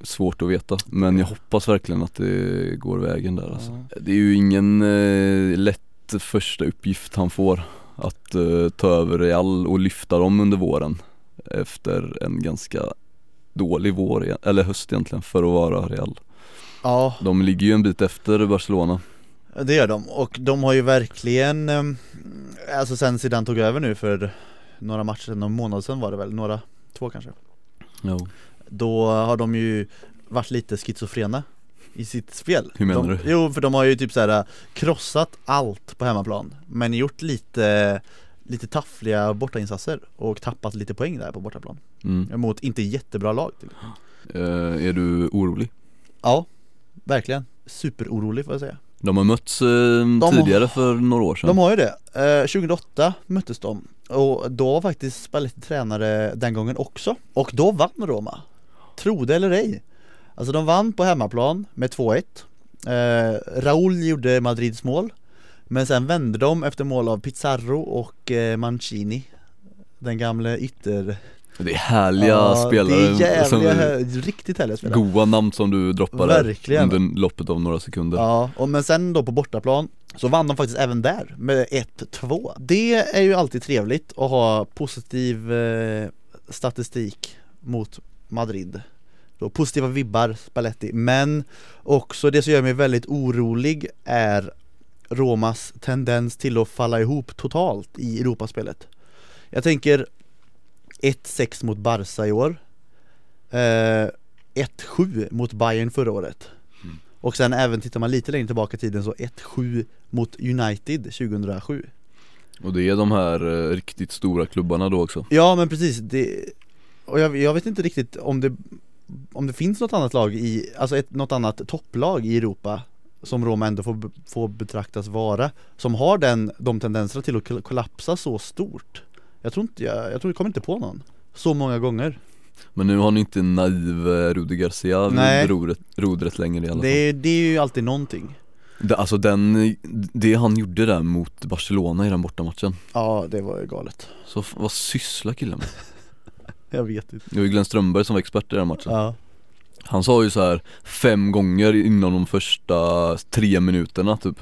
Speaker 1: svårt att veta Men jag hoppas verkligen att det går vägen där alltså. Det är ju ingen eh, lätt första uppgift han får Att eh, ta över Real och lyfta dem under våren Efter en ganska dålig vår, e- eller höst egentligen för att vara Real
Speaker 2: Ja,
Speaker 1: De ligger ju en bit efter Barcelona
Speaker 2: det gör de. Och de har ju verkligen, eh, alltså sen Zidane tog över nu för några matcher sedan, någon månad sedan var det väl, några, två kanske.
Speaker 1: Jo
Speaker 2: Då har de ju varit lite schizofrena i sitt spel
Speaker 1: Hur menar
Speaker 2: de,
Speaker 1: du?
Speaker 2: Jo, för de har ju typ så här krossat allt på hemmaplan Men gjort lite, lite taffliga bortainsatser och tappat lite poäng där på bortaplan
Speaker 1: mm.
Speaker 2: Mot inte jättebra lag till
Speaker 1: eh, Är du orolig?
Speaker 2: Ja, verkligen Superorolig får jag säga
Speaker 1: De har mötts eh, tidigare för några år sedan
Speaker 2: De har ju det, eh, 2008 möttes de Och då var faktiskt Spalletti tränare den gången också Och då vann Roma Tro det eller ej Alltså de vann på hemmaplan med 2-1 eh, Raul gjorde Madrids mål Men sen vände de efter mål av Pizarro och eh, Mancini Den gamle ytter
Speaker 1: Det är härliga
Speaker 2: Ja,
Speaker 1: spelare
Speaker 2: Det är
Speaker 1: som-
Speaker 2: jävliga, riktigt härliga spelare
Speaker 1: Goa namn som du droppar
Speaker 2: Verkligen.
Speaker 1: där under loppet av några sekunder
Speaker 2: Ja, och men sen då på bortaplan så vann de faktiskt även där med 1-2. Det är ju alltid trevligt att ha positiv eh, statistik mot Madrid. Då positiva vibbar, Spalletti. Men också det som gör mig väldigt orolig är Romas tendens till att falla ihop totalt i Europaspelet. Jag tänker 1-6 mot Barca i år. Eh, 1-7 mot Bayern förra året. Och sen även tittar man lite längre tillbaka i tiden så 1-7 mot United 2007
Speaker 1: Och det är de här eh, riktigt stora klubbarna då också
Speaker 2: Ja men precis, det, och jag, jag vet inte riktigt om det, om det finns något annat lag i, alltså ett, något annat topplag i Europa som Roma ändå får, be- får betraktas vara som har den, de tendenserna till att kol- kollapsa så stort Jag tror inte, jag, jag tror jag kommer inte på någon så många gånger
Speaker 1: Men nu har ni inte naiv eh, Rudi Garcia
Speaker 2: Nej.
Speaker 1: vid rodret, rodret längre i alla fall
Speaker 2: det, det är ju alltid någonting
Speaker 1: det, Alltså den, det han gjorde där mot Barcelona i den bortamatchen
Speaker 2: Ja det var ju galet
Speaker 1: Så f- vad sysslar killen med?
Speaker 2: Jag vet inte
Speaker 1: Det var ju Glenn Strömberg som var expert i den matchen
Speaker 2: Ja,
Speaker 1: Han sa ju så här fem gånger inom de första tre minuterna typ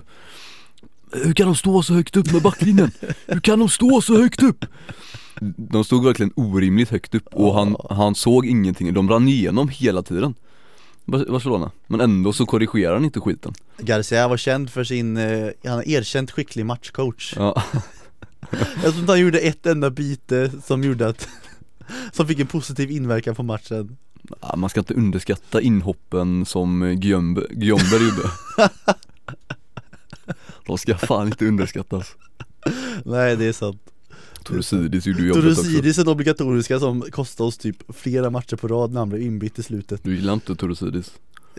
Speaker 1: Hur kan de stå så högt upp med backlinjen? Hur kan de stå så högt upp? De stod verkligen orimligt högt upp och han, han såg ingenting, de rann igenom hela tiden Bar- Barcelona, men ändå så korrigerar han inte skiten
Speaker 2: Garcia var känd för sin, eh, han är erkänt skicklig matchcoach
Speaker 1: Ja,
Speaker 2: Jag tror inte han gjorde ett enda byte som gjorde att <laughs> Som fick en positiv inverkan på matchen
Speaker 1: Ja, man ska inte underskatta inhoppen som Guillaume Guillaume gjorde De ska fan inte underskattas
Speaker 2: Nej det är sant
Speaker 1: Torusidis gjorde ju jobbet också
Speaker 2: Torosidis är den obligatoriska som kostade oss typ flera matcher på rad när han blev inbytt i slutet
Speaker 1: Du gillar inte Torusidis?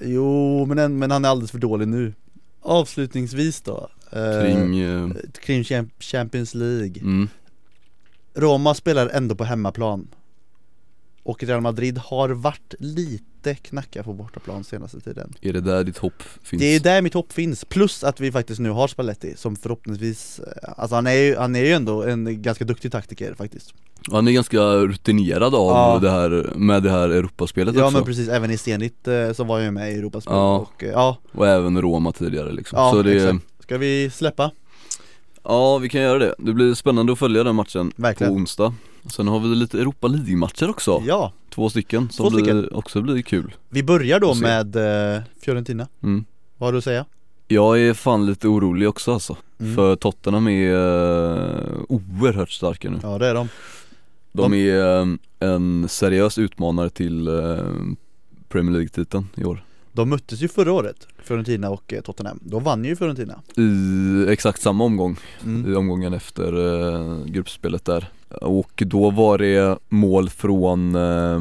Speaker 2: Jo men, en, men han är alldeles för dålig nu Avslutningsvis då eh,
Speaker 1: kring, eh,
Speaker 2: kring Champ- Champions League
Speaker 1: mm,
Speaker 2: Roma spelar ändå på hemmaplan Och Real Madrid har varit lite knackiga på bortaplan senaste tiden
Speaker 1: är det där ditt hopp finns?
Speaker 2: Det är där mitt hopp finns, plus att vi faktiskt nu har Spalletti som förhoppningsvis Alltså han är ju, han är ju ändå en ganska duktig taktiker faktiskt
Speaker 1: Han är ganska rutinerad av
Speaker 2: Ja.
Speaker 1: det här, med det här Europaspelet
Speaker 2: Ja
Speaker 1: också
Speaker 2: men precis, även i Zenit eh, så var jag ju med i Europaspel
Speaker 1: Ja.
Speaker 2: och eh, ja,
Speaker 1: och även Roma tidigare liksom
Speaker 2: ja
Speaker 1: Så det,
Speaker 2: exakt. Ska vi släppa?
Speaker 1: Ja vi kan göra det, det blir spännande att följa den matchen
Speaker 2: Verkligen.
Speaker 1: på onsdag Sen har vi lite Europa League-matcher också,
Speaker 2: Ja,
Speaker 1: två stycken som
Speaker 2: Två stycken.
Speaker 1: Blir, också blir kul
Speaker 2: vi börjar då
Speaker 1: Får se.
Speaker 2: med eh, Fiorentina,
Speaker 1: mm.
Speaker 2: vad har du att säga?
Speaker 1: Jag är fan lite orolig också alltså
Speaker 2: Mm.
Speaker 1: För Tottenham är eh, oerhört starka nu
Speaker 2: Ja det är de,
Speaker 1: De
Speaker 2: De-
Speaker 1: är eh, en seriös utmanare till eh, Premier League-titeln i år
Speaker 2: de möttes ju förra året, Fiorentina och eh, Tottenham, då vann ju Fiorentina
Speaker 1: I exakt samma omgång,
Speaker 2: mm.
Speaker 1: i omgången efter eh, gruppspelet där Och då var det mål från eh,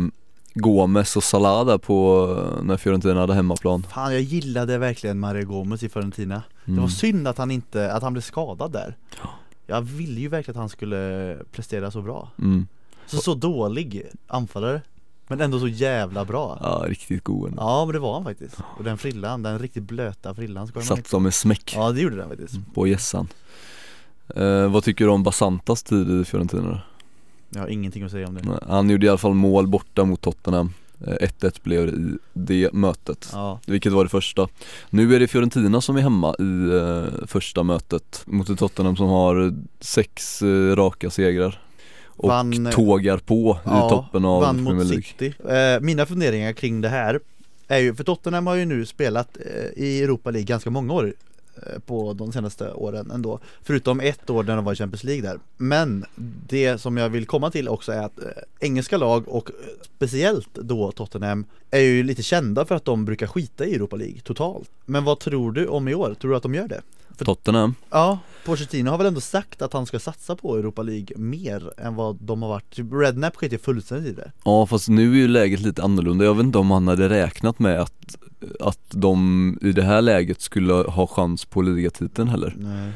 Speaker 1: Gomes och Salah där på, eh, när Fiorentina hade hemmaplan
Speaker 2: Fan jag gillade verkligen Mario Gomez i Fiorentina Det var
Speaker 1: Mm.
Speaker 2: synd att han inte, att han blev skadad där Jag ville ju verkligen att han skulle prestera så bra
Speaker 1: mm.
Speaker 2: Så, så dålig anfallare Men ändå så jävla bra
Speaker 1: Ja, riktigt god ändå
Speaker 2: Ja men det var han faktiskt Och den frillan, den riktigt blöta frillan ska man
Speaker 1: Satt Mm. som en smäck
Speaker 2: Ja det gjorde den faktiskt
Speaker 1: på gässan eh, Vad tycker du om Basantas tid i Fiorentina då?
Speaker 2: Jag har ingenting att säga om det
Speaker 1: Nej, Han gjorde i alla fall mål borta mot Tottenham Eh, 1-1 blev det i det mötet
Speaker 2: Ja,
Speaker 1: Vilket var det första. Nu är det Fiorentina som är hemma i eh, första mötet mot ett Tottenham som har sex eh, raka segrar och
Speaker 2: Vann- eh,
Speaker 1: tågar på i toppen av
Speaker 2: vann
Speaker 1: Premier
Speaker 2: mot
Speaker 1: League.
Speaker 2: City eh, Mina funderingar kring det här är ju, för Tottenham har ju nu spelat eh, i Europa League ganska många år eh, på de senaste åren ändå Förutom ett år när de var i Champions League där Men det som jag vill komma till också är att eh, engelska lag och eh, speciellt då Tottenham är ju lite kända för att de brukar skita i Europa League totalt Men vad tror du om i år? Tror du att de gör det?
Speaker 1: Tottenham,
Speaker 2: Ja, Pochettino har väl ändå sagt att han ska satsa på Europa League mer än vad de har varit Typ Redknapp skiter ju fullständigt i det
Speaker 1: ja fast nu är ju läget lite annorlunda. Jag vet inte om han hade räknat med att, att de i det här läget skulle ha chans på ligatiteln heller.
Speaker 2: Nej.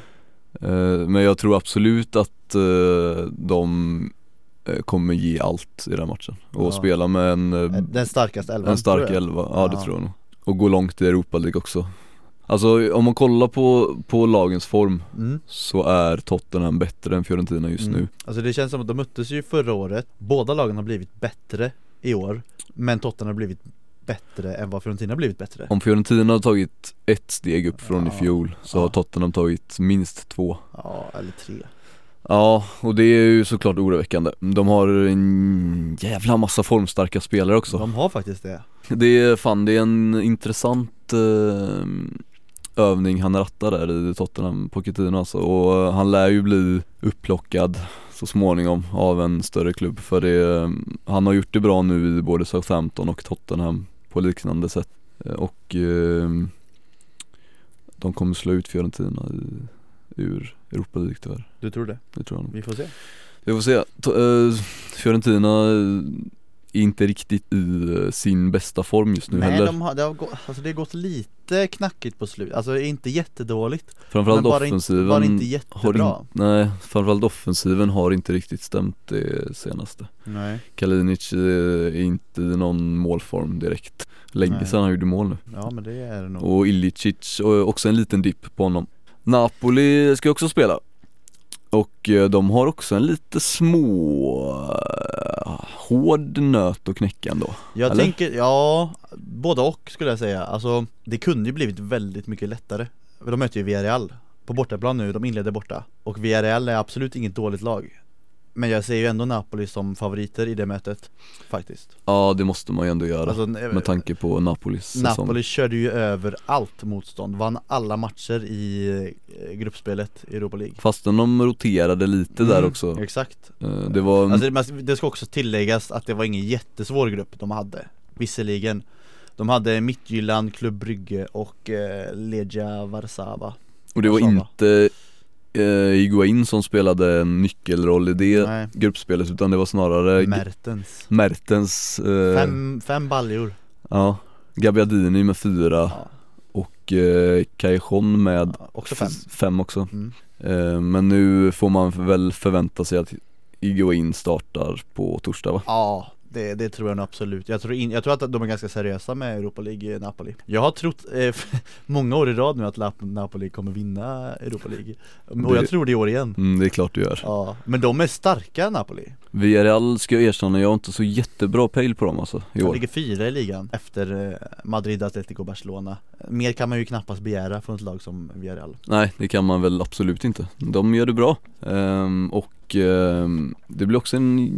Speaker 1: Eh, Men jag tror absolut att eh, de eh, kommer ge allt i den här matchen och
Speaker 2: Ja.
Speaker 1: spela med en, eh,
Speaker 2: Den starkaste elvan
Speaker 1: en stark
Speaker 2: tror jag.
Speaker 1: elva, ja det
Speaker 2: Ja.
Speaker 1: tror jag nog Och gå långt i Europa League också Alltså om man kollar på, på lagens form
Speaker 2: mm.
Speaker 1: så är Tottenham bättre än Fiorentina just
Speaker 2: Mm.
Speaker 1: nu
Speaker 2: Alltså det känns som att de möttes ju förra året Båda lagen har blivit bättre i år Men Tottenham har blivit bättre än vad Fiorentina har blivit bättre
Speaker 1: Om Fiorentina har tagit ett steg upp från i
Speaker 2: Ja.
Speaker 1: fjol så
Speaker 2: Ja.
Speaker 1: har Tottenham tagit minst två
Speaker 2: Ja, eller tre
Speaker 1: Ja, och det är ju såklart oroväckande. De har en jävla massa formstarka spelare också.
Speaker 2: De har faktiskt det
Speaker 1: Det är fan, det är en intressant eh, övning han rattar där i Tottenham, Pochettino alltså. Och eh, han lär ju bli upplockad så småningom av en större klubb. För det, eh, han har gjort det bra nu i både Southampton och Tottenham på liknande sätt. Eh, Och eh, de kommer slå ut Fiorentina i, ur Europa League tyvärr.
Speaker 2: Du tror det?
Speaker 1: Det tror jag nog.
Speaker 2: Vi får se
Speaker 1: Vi får se. T- eh, Fiorentina eh, är inte riktigt i eh, sin bästa form just nu
Speaker 2: Nej,
Speaker 1: heller.
Speaker 2: de har, det, har gått, alltså det har gått lite knackigt på slut Alltså inte jättedåligt
Speaker 1: Framförallt
Speaker 2: men bara inte-
Speaker 1: offensiven
Speaker 2: Var inte
Speaker 1: har in-
Speaker 2: jättebra
Speaker 1: Nej, framförallt offensiven har inte riktigt stämt det senaste.
Speaker 2: Nej
Speaker 1: Kalinic eh, är inte i någon målform direkt. Länge
Speaker 2: Nej.
Speaker 1: sedan han gjorde mål nu.
Speaker 2: Ja men det är det nog
Speaker 1: Och Ilicic, och också en liten dipp på honom. Napoli ska också spela. Och eh, de har också en lite små, eh, hård nöt att knäcka ändå.
Speaker 2: Jag
Speaker 1: Eller?
Speaker 2: tänker, ja, både och skulle jag säga Alltså det kunde ju blivit väldigt mycket lättare För de möter ju Villarreal på bortaplan nu, de inleder borta Och Villarreal är absolut inget dåligt lag Men jag ser ju ändå Napoli som favoriter i det mötet Faktiskt
Speaker 1: Ja det måste man ju ändå göra
Speaker 2: alltså,
Speaker 1: med tanke på Napolis säsong
Speaker 2: Napoli körde ju över allt motstånd, vann alla matcher i eh, gruppspelet i Europa League
Speaker 1: Fastän de roterade lite där
Speaker 2: Mm,
Speaker 1: också
Speaker 2: Exakt
Speaker 1: Eh, Det var,
Speaker 2: Alltså det- men det ska också tilläggas att det var ingen jättesvår grupp de hade Visserligen De hade Midtjylland, Klubb Brygge och eh, Legia Warszawa
Speaker 1: och det var
Speaker 2: samma.
Speaker 1: inte eh, Higuain som spelade en nyckelroll i det
Speaker 2: Nej.
Speaker 1: gruppspelet utan det var snarare Eh, G-
Speaker 2: Mertens
Speaker 1: Mertens eh,
Speaker 2: Fem, fem baljor
Speaker 1: Ja Gabbiadini med fyra
Speaker 2: ja,
Speaker 1: och eh, Cajon med
Speaker 2: Också fem
Speaker 1: f- fem också
Speaker 2: mm.
Speaker 1: eh, Men nu får man väl förvänta sig att Higuain startar på torsdag va?
Speaker 2: Ja, det, det tror jag nog absolut jag tror, in, jag tror att de är ganska seriösa med Europa League i Napoli Jag har trott eh, <laughs> många år i rad nu att Lap- Napoli kommer vinna Europa League Och
Speaker 1: Det-
Speaker 2: jag tror det i år igen
Speaker 1: Mm, det är klart du gör
Speaker 2: Ja, men de är starka Napoli
Speaker 1: Villarreal ska jag erkänna, jag har inte så jättebra pejl på dem alltså i
Speaker 2: De
Speaker 1: år
Speaker 2: ligger fyra i ligan efter eh, Madrid, Atletico och Barcelona Mer kan man ju knappast begära från ett lag som Villarreal
Speaker 1: Nej det kan man väl absolut inte, de gör det bra Ehm, och ehm, det blir också en,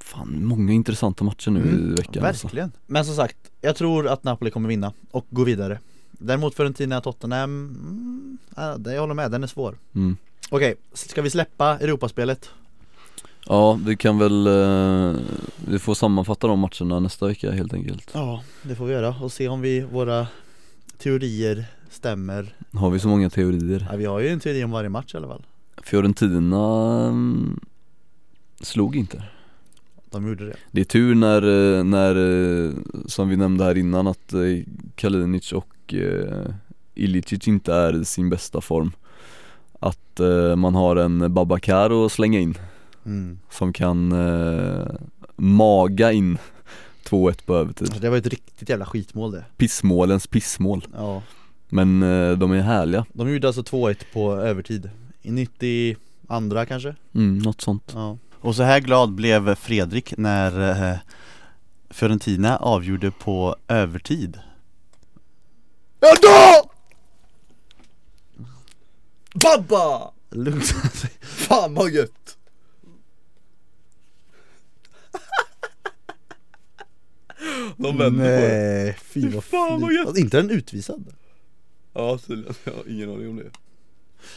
Speaker 1: fan många intressanta matcher nu
Speaker 2: Mm,
Speaker 1: i veckan alltså.
Speaker 2: Verkligen Men som sagt, jag tror att Napoli kommer vinna och gå vidare Däremot Fiorentina, Tottenham, mm, ja, det- jag håller med, den är svår
Speaker 1: mm.
Speaker 2: Okej, ska vi släppa Europaspelet?
Speaker 1: Ja vi kan väl, eh, vi får sammanfatta de matcherna nästa vecka helt enkelt
Speaker 2: Ja, det får vi göra och se om vi, våra teorier stämmer
Speaker 1: Har vi så många teorier?
Speaker 2: ja, Vi har ju en teori om varje match i alla fall
Speaker 1: Fiorentina mm, slog inte
Speaker 2: De gjorde det
Speaker 1: Det är tur när, eh, när eh, som vi nämnde här innan att eh, Kalinic och eh, Ilicic inte är i sin bästa form Att eh, man har en Babacar att slänga in
Speaker 2: mm.
Speaker 1: som kan eh, maga in <laughs> 2-1 på övertid
Speaker 2: alltså, Det var ett riktigt jävla skitmål det
Speaker 1: Pissmålens pissmål
Speaker 2: Ja
Speaker 1: Men eh, de är härliga,
Speaker 2: De gjorde alltså 2-1 på övertid I 92 kanske?
Speaker 1: mm, något sånt
Speaker 2: Ja Och så här glad blev Fredrik när eh, Fiorentina avgjorde på övertid Ja då! Babba! Lugnt Fan vad gött!
Speaker 1: De
Speaker 2: Nej, fy
Speaker 1: Fy
Speaker 2: vad
Speaker 1: fan, vad
Speaker 2: fint. Inte den utvisad?
Speaker 1: Ja tydligen, jag har ingen aning om det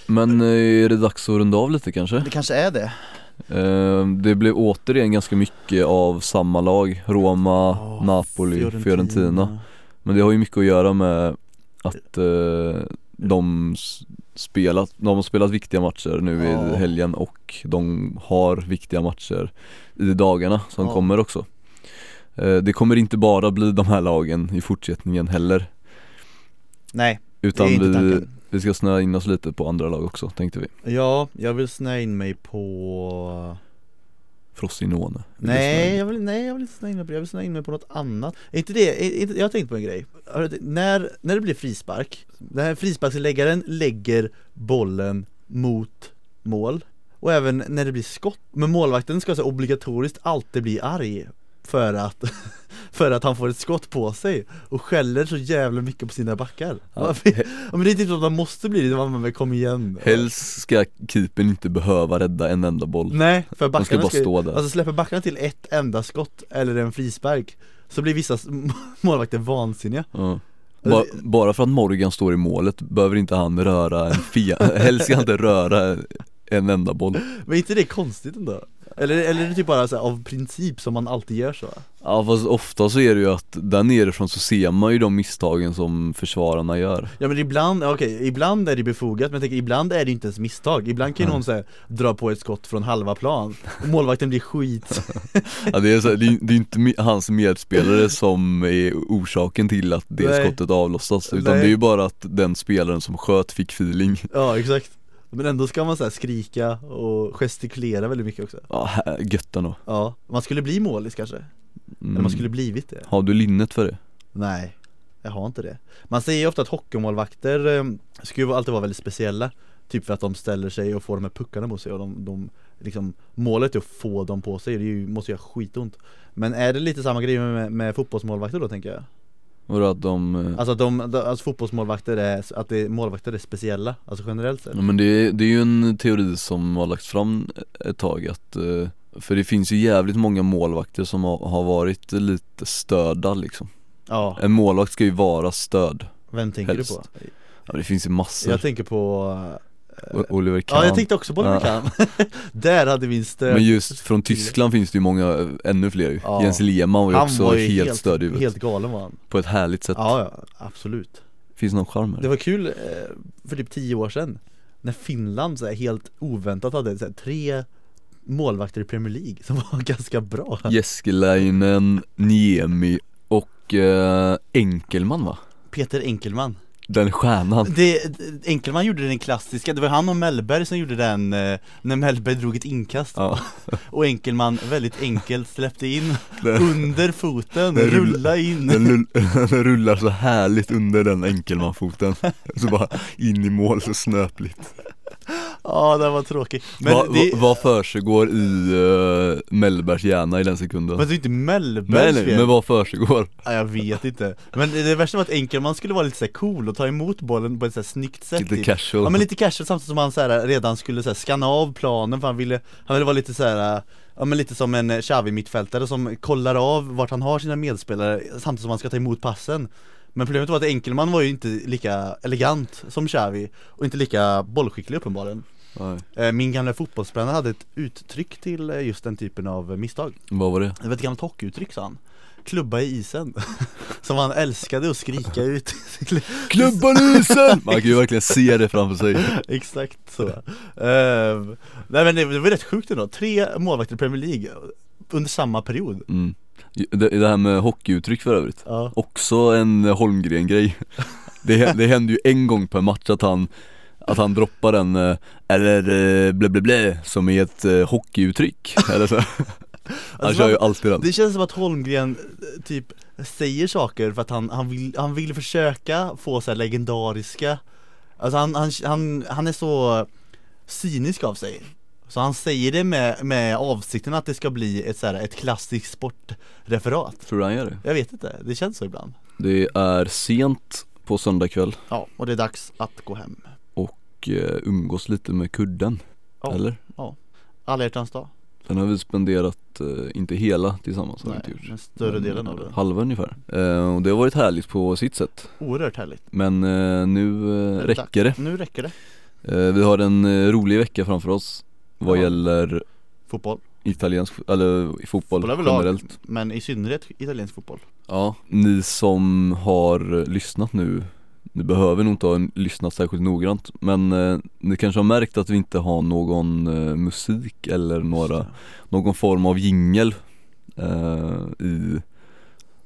Speaker 1: Men eh, är det dags att runda av lite kanske?
Speaker 2: Det kanske är det
Speaker 1: Eh, Det blev återigen ganska mycket av samma lag, Roma, Napoli, Fiorentina. Men det har ju mycket att göra med att eh, de, s- spelat, de har spelat viktiga matcher nu
Speaker 2: Ja.
Speaker 1: i helgen och de har viktiga matcher i dagarna som
Speaker 2: Ja.
Speaker 1: kommer också Eh, Det kommer inte bara bli de här lagen i fortsättningen heller
Speaker 2: Nej, det
Speaker 1: utan
Speaker 2: är inte
Speaker 1: vi,
Speaker 2: tanken
Speaker 1: Vi ska snöa in oss lite på andra lag också tänkte vi
Speaker 2: Ja, jag vill snöa in mig på
Speaker 1: Frossinone Vill du snöa
Speaker 2: Nej
Speaker 1: in?
Speaker 2: jag, vill, nej, jag vill inte snöa in mig på det. Jag vill snöa in mig på något annat. Är inte det, är, inte, jag har tänkt på en grej. Har du- När, när det blir frispark, när frisparksläggaren lägger bollen mot mål och även när det blir skott. Men målvakten ska alltså obligatoriskt alltid bli arg för att, <laughs> för att han får ett skott på sig och skäller så jävla mycket på sina backar.
Speaker 1: Ja.
Speaker 2: Varför- Ja, men det är typ så att man måste bli det, man bara, kom igen.
Speaker 1: Helst ska keepern inte behöva rädda en enda boll
Speaker 2: Nej,
Speaker 1: De
Speaker 2: för
Speaker 1: ska
Speaker 2: Mm. backarna
Speaker 1: bara
Speaker 2: ska ju-
Speaker 1: stå där
Speaker 2: Alltså släpper backarna till ett enda skott eller en frispark Så blir vissa s- <laughs> målvakter vansinniga
Speaker 1: ja. bara, bara för att Morgan står i målet behöver inte han röra en fia <laughs> Helst ska han inte röra en enda boll
Speaker 2: Men är inte det konstigt ändå? Eller, eller är det typ bara så här, av princip som man alltid gör så?
Speaker 1: Ja fast ofta så är det ju att där nerifrån så ser man ju de misstagen som försvararna gör
Speaker 2: Ja men ibland, ja, okej, ibland är det befogat men jag tänker ibland är det inte ens misstag Ibland kan ju någon säga dra på ett skott från halva plan och målvakten blir skit
Speaker 1: ja, det, är så, här, det, är, det är inte mi- hans medspelare som är orsaken till att det
Speaker 2: Nej.
Speaker 1: skottet avlossas Utan
Speaker 2: Nej.
Speaker 1: det är ju bara att den spelaren som sköt fick feeling
Speaker 2: Ja exakt Men ändå ska man så här, skrika och gestikulera väldigt mycket också
Speaker 1: Ja, här- gött ändå
Speaker 2: Ja, man skulle bli målis kanske, eller
Speaker 1: mm.
Speaker 2: man skulle blivit det
Speaker 1: Har du linnet för det?
Speaker 2: Nej, jag har inte det Man säger ju ofta att hockeymålvakter eh, ska ju alltid vara väldigt speciella Typ för att de ställer sig och får de här puckarna på sig och de, de liksom Målet är att få dem på sig, det är ju, måste göra skitont Men är det lite samma grej med, med fotbollsmålvakter då tänker jag?
Speaker 1: Vadå att de eh,
Speaker 2: Alltså att de, de alltså fotbollsmålvakter är, att det, målvakter är speciella, alltså generellt sett
Speaker 1: Ja, men det, är- det är ju en teori som har lagts fram ett tag att eh, För det finns ju jävligt många målvakter som har, har varit lite störda liksom
Speaker 2: Ja,
Speaker 1: En målvakt ska ju vara stöd
Speaker 2: vem tänker
Speaker 1: helst.
Speaker 2: du på?
Speaker 1: Ja det finns ju massor
Speaker 2: Jag tänker på eh,
Speaker 1: O- Oliver Kahn
Speaker 2: Ja jag tänkte också på det
Speaker 1: Ja.
Speaker 2: med Kahn <laughs> Där hade vi en stöd
Speaker 1: Men just från Tyskland finns det ju många, eh, ännu fler ju
Speaker 2: Ja.
Speaker 1: Jens Lehmann var ju också helt, störd i huvudet
Speaker 2: helt galen var han
Speaker 1: På ett härligt sätt,
Speaker 2: Ja, ja, absolut
Speaker 1: finns någon charm här?
Speaker 2: Det var kul eh, för typ tio år sedan När Finland så här, helt oväntat hade så här, tre målvakter i Premier League som <laughs> var ganska bra
Speaker 1: Jeskelainen, Niemi och eh, Enkelman va?
Speaker 2: Peter Enkelman
Speaker 1: Den
Speaker 2: <laughs>
Speaker 1: stjärnan
Speaker 2: det, Enkelman gjorde den klassiska, det var han och Mellberg som gjorde den eh, När Mellberg drog ett inkast
Speaker 1: Ja,
Speaker 2: och Enkelman väldigt enkelt släppte in
Speaker 1: <laughs> den,
Speaker 2: under foten,
Speaker 1: Den rull- <laughs>
Speaker 2: rulla in
Speaker 1: den, lull, den rullar så härligt under den Enkelman-foten <laughs> Så bara in i mål så snöpligt
Speaker 2: Ja, den var tråkig Men
Speaker 1: Vad
Speaker 2: det,
Speaker 1: va, vad försiggår i uh, Mellbergs hjärna i den sekunden?
Speaker 2: men det är inte
Speaker 1: Nej,
Speaker 2: Mellbergs
Speaker 1: nej,
Speaker 2: fel.
Speaker 1: men vad försiggår?
Speaker 2: Ja, jag vet inte. Men det värsta var att Enkelman skulle vara lite så här cool och ta emot bollen på ett så här snyggt sätt
Speaker 1: Lite
Speaker 2: typ.
Speaker 1: casual
Speaker 2: Ja men lite casual samtidigt som han så här redan skulle så här skanna av planen för han ville, han ville vara lite så här Ja men lite som en eh, Xavi-mittfältare som kollar av vart han har sina medspelare samtidigt som han ska ta emot passen Men problemet var att Enkelman var ju inte lika elegant som Xavi och inte lika bollskicklig uppenbarligen
Speaker 1: Nej.
Speaker 2: Eh, Min gamla fotbollstränare hade ett uttryck till eh, just den typen av eh, misstag
Speaker 1: Vad var det?
Speaker 2: det var ett gammalt hockeyuttryck sa han Klubba i isen <laughs> Som han älskade att skrika ut
Speaker 1: Klubban i isen! Man kan ju verkligen se det framför sig
Speaker 2: Exakt så Ehm, Nej men det, det var rätt sjukt ändå, tre målvakter i Premier League Under samma period
Speaker 1: mm. det, det här med hockeyuttryck för övrigt
Speaker 2: Ja,
Speaker 1: Också en Holmgren-grej det, hä- det händer ju en gång per match att han att han droppar en, eh, eller eh, blä blä blä, som är ett eh, hockeyuttryck <laughs> eller så. Han
Speaker 2: Alltså,
Speaker 1: kör ju alltid den
Speaker 2: det känns som att Holmgren eh, typ säger saker för att han, han, vill, han vill försöka få så här legendariska Alltså han, han, han, han är så cynisk av sig Så han säger det med, med avsikten att det ska bli ett, så här, ett klassiskt sportreferat
Speaker 1: Tror du han gör det?
Speaker 2: Jag vet inte, det känns så ibland
Speaker 1: Det är sent på söndag kväll
Speaker 2: Ja, och det är dags att gå hem
Speaker 1: och eh, umgås lite med kudden,
Speaker 2: Ja.
Speaker 1: eller?
Speaker 2: Alla hjärtans dag
Speaker 1: Den har vi sspenderat, eh, inte hela tillsammans har vi inte gjort
Speaker 2: men större
Speaker 1: Men,
Speaker 2: delen av
Speaker 1: eh,
Speaker 2: det
Speaker 1: Halva ungefär. Eh, och det har varit härligt på sitt sätt.
Speaker 2: Oerhört härligt
Speaker 1: Men eh, nu eh, räcker det.
Speaker 2: Dags. Nu räcker det
Speaker 1: Eh, vi har en eh, rolig vecka framför oss vad
Speaker 2: Ja.
Speaker 1: gäller
Speaker 2: Fotboll,
Speaker 1: italiensk, eller i fotboll
Speaker 2: Fotboll överlag.
Speaker 1: generellt.
Speaker 2: men i synnerhet italiensk fotboll
Speaker 1: Ja, ni som har lyssnat nu, ni behöver nog inte ha lyssnat särskilt noggrant men eh, ni kanske har märkt att vi inte har någon eh, musik eller några, någon form av jingel eh, i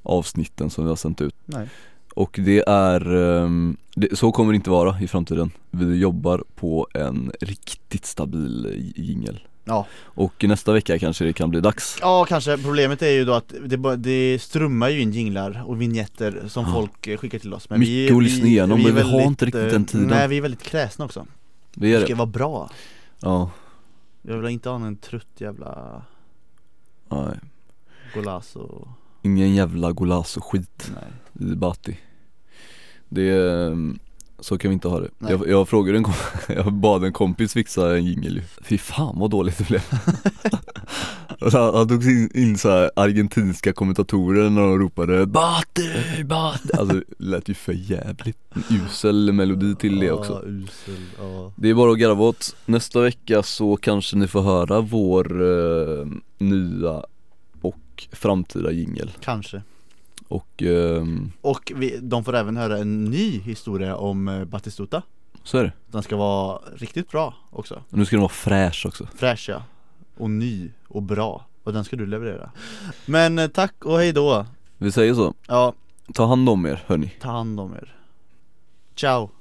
Speaker 1: avsnitten som vi har sänt ut.
Speaker 2: Nej
Speaker 1: Och det är, ehm, det, så kommer det inte vara i framtiden Vi jobbar på en riktigt stabil j- jingel
Speaker 2: Ja.
Speaker 1: Och nästa vecka kanske det kan bli dags
Speaker 2: Ja kanske, problemet är ju då att det, bara- det strömmar ju in jinglar och vignetter som
Speaker 1: Ja.
Speaker 2: folk eh, skickar till oss
Speaker 1: Mycket att lyssna igenom,
Speaker 2: är
Speaker 1: men vi har
Speaker 2: väldigt,
Speaker 1: inte riktigt
Speaker 2: eh,
Speaker 1: den tiden.
Speaker 2: Nej vi är väldigt kräsna också,
Speaker 1: Det
Speaker 2: det
Speaker 1: är
Speaker 2: ska
Speaker 1: det
Speaker 2: vara bra
Speaker 1: Ja,
Speaker 2: Jag vill inte ha en trött jävla
Speaker 1: nej
Speaker 2: Golazo
Speaker 1: Ingen jävla golazo-skit
Speaker 2: Nej
Speaker 1: i Bati Det, ehm, så kan vi inte ha det
Speaker 2: Nej.
Speaker 1: jag, jag frågade en kom- <laughs> jag bad en kompis fixa en jingel ju Fy fan vad dåligt det blev Och så Han han tog in, in så här argentinska kommentatorer när de ropade Bati, Bati Alltså det lät ju för jävligt En Usel melodi till det också
Speaker 2: Ja, usel, ja
Speaker 1: Det är bara att garva åt. Nästa vecka så kanske ni får höra vår eh, nya och framtida jingel
Speaker 2: Kanske
Speaker 1: och ehm,
Speaker 2: Och vi, de får även höra en ny historia om eh, Batistuta
Speaker 1: så är det.
Speaker 2: Den ska vara riktigt bra också
Speaker 1: Och Nu ska den vara fräsch också.
Speaker 2: Fräsch ja, och ny och bra Och den ska du leverera Men eh, tack och hej då
Speaker 1: Vi säger så.
Speaker 2: Ja,
Speaker 1: Ta hand om er hörni.
Speaker 2: ta hand om er Ciao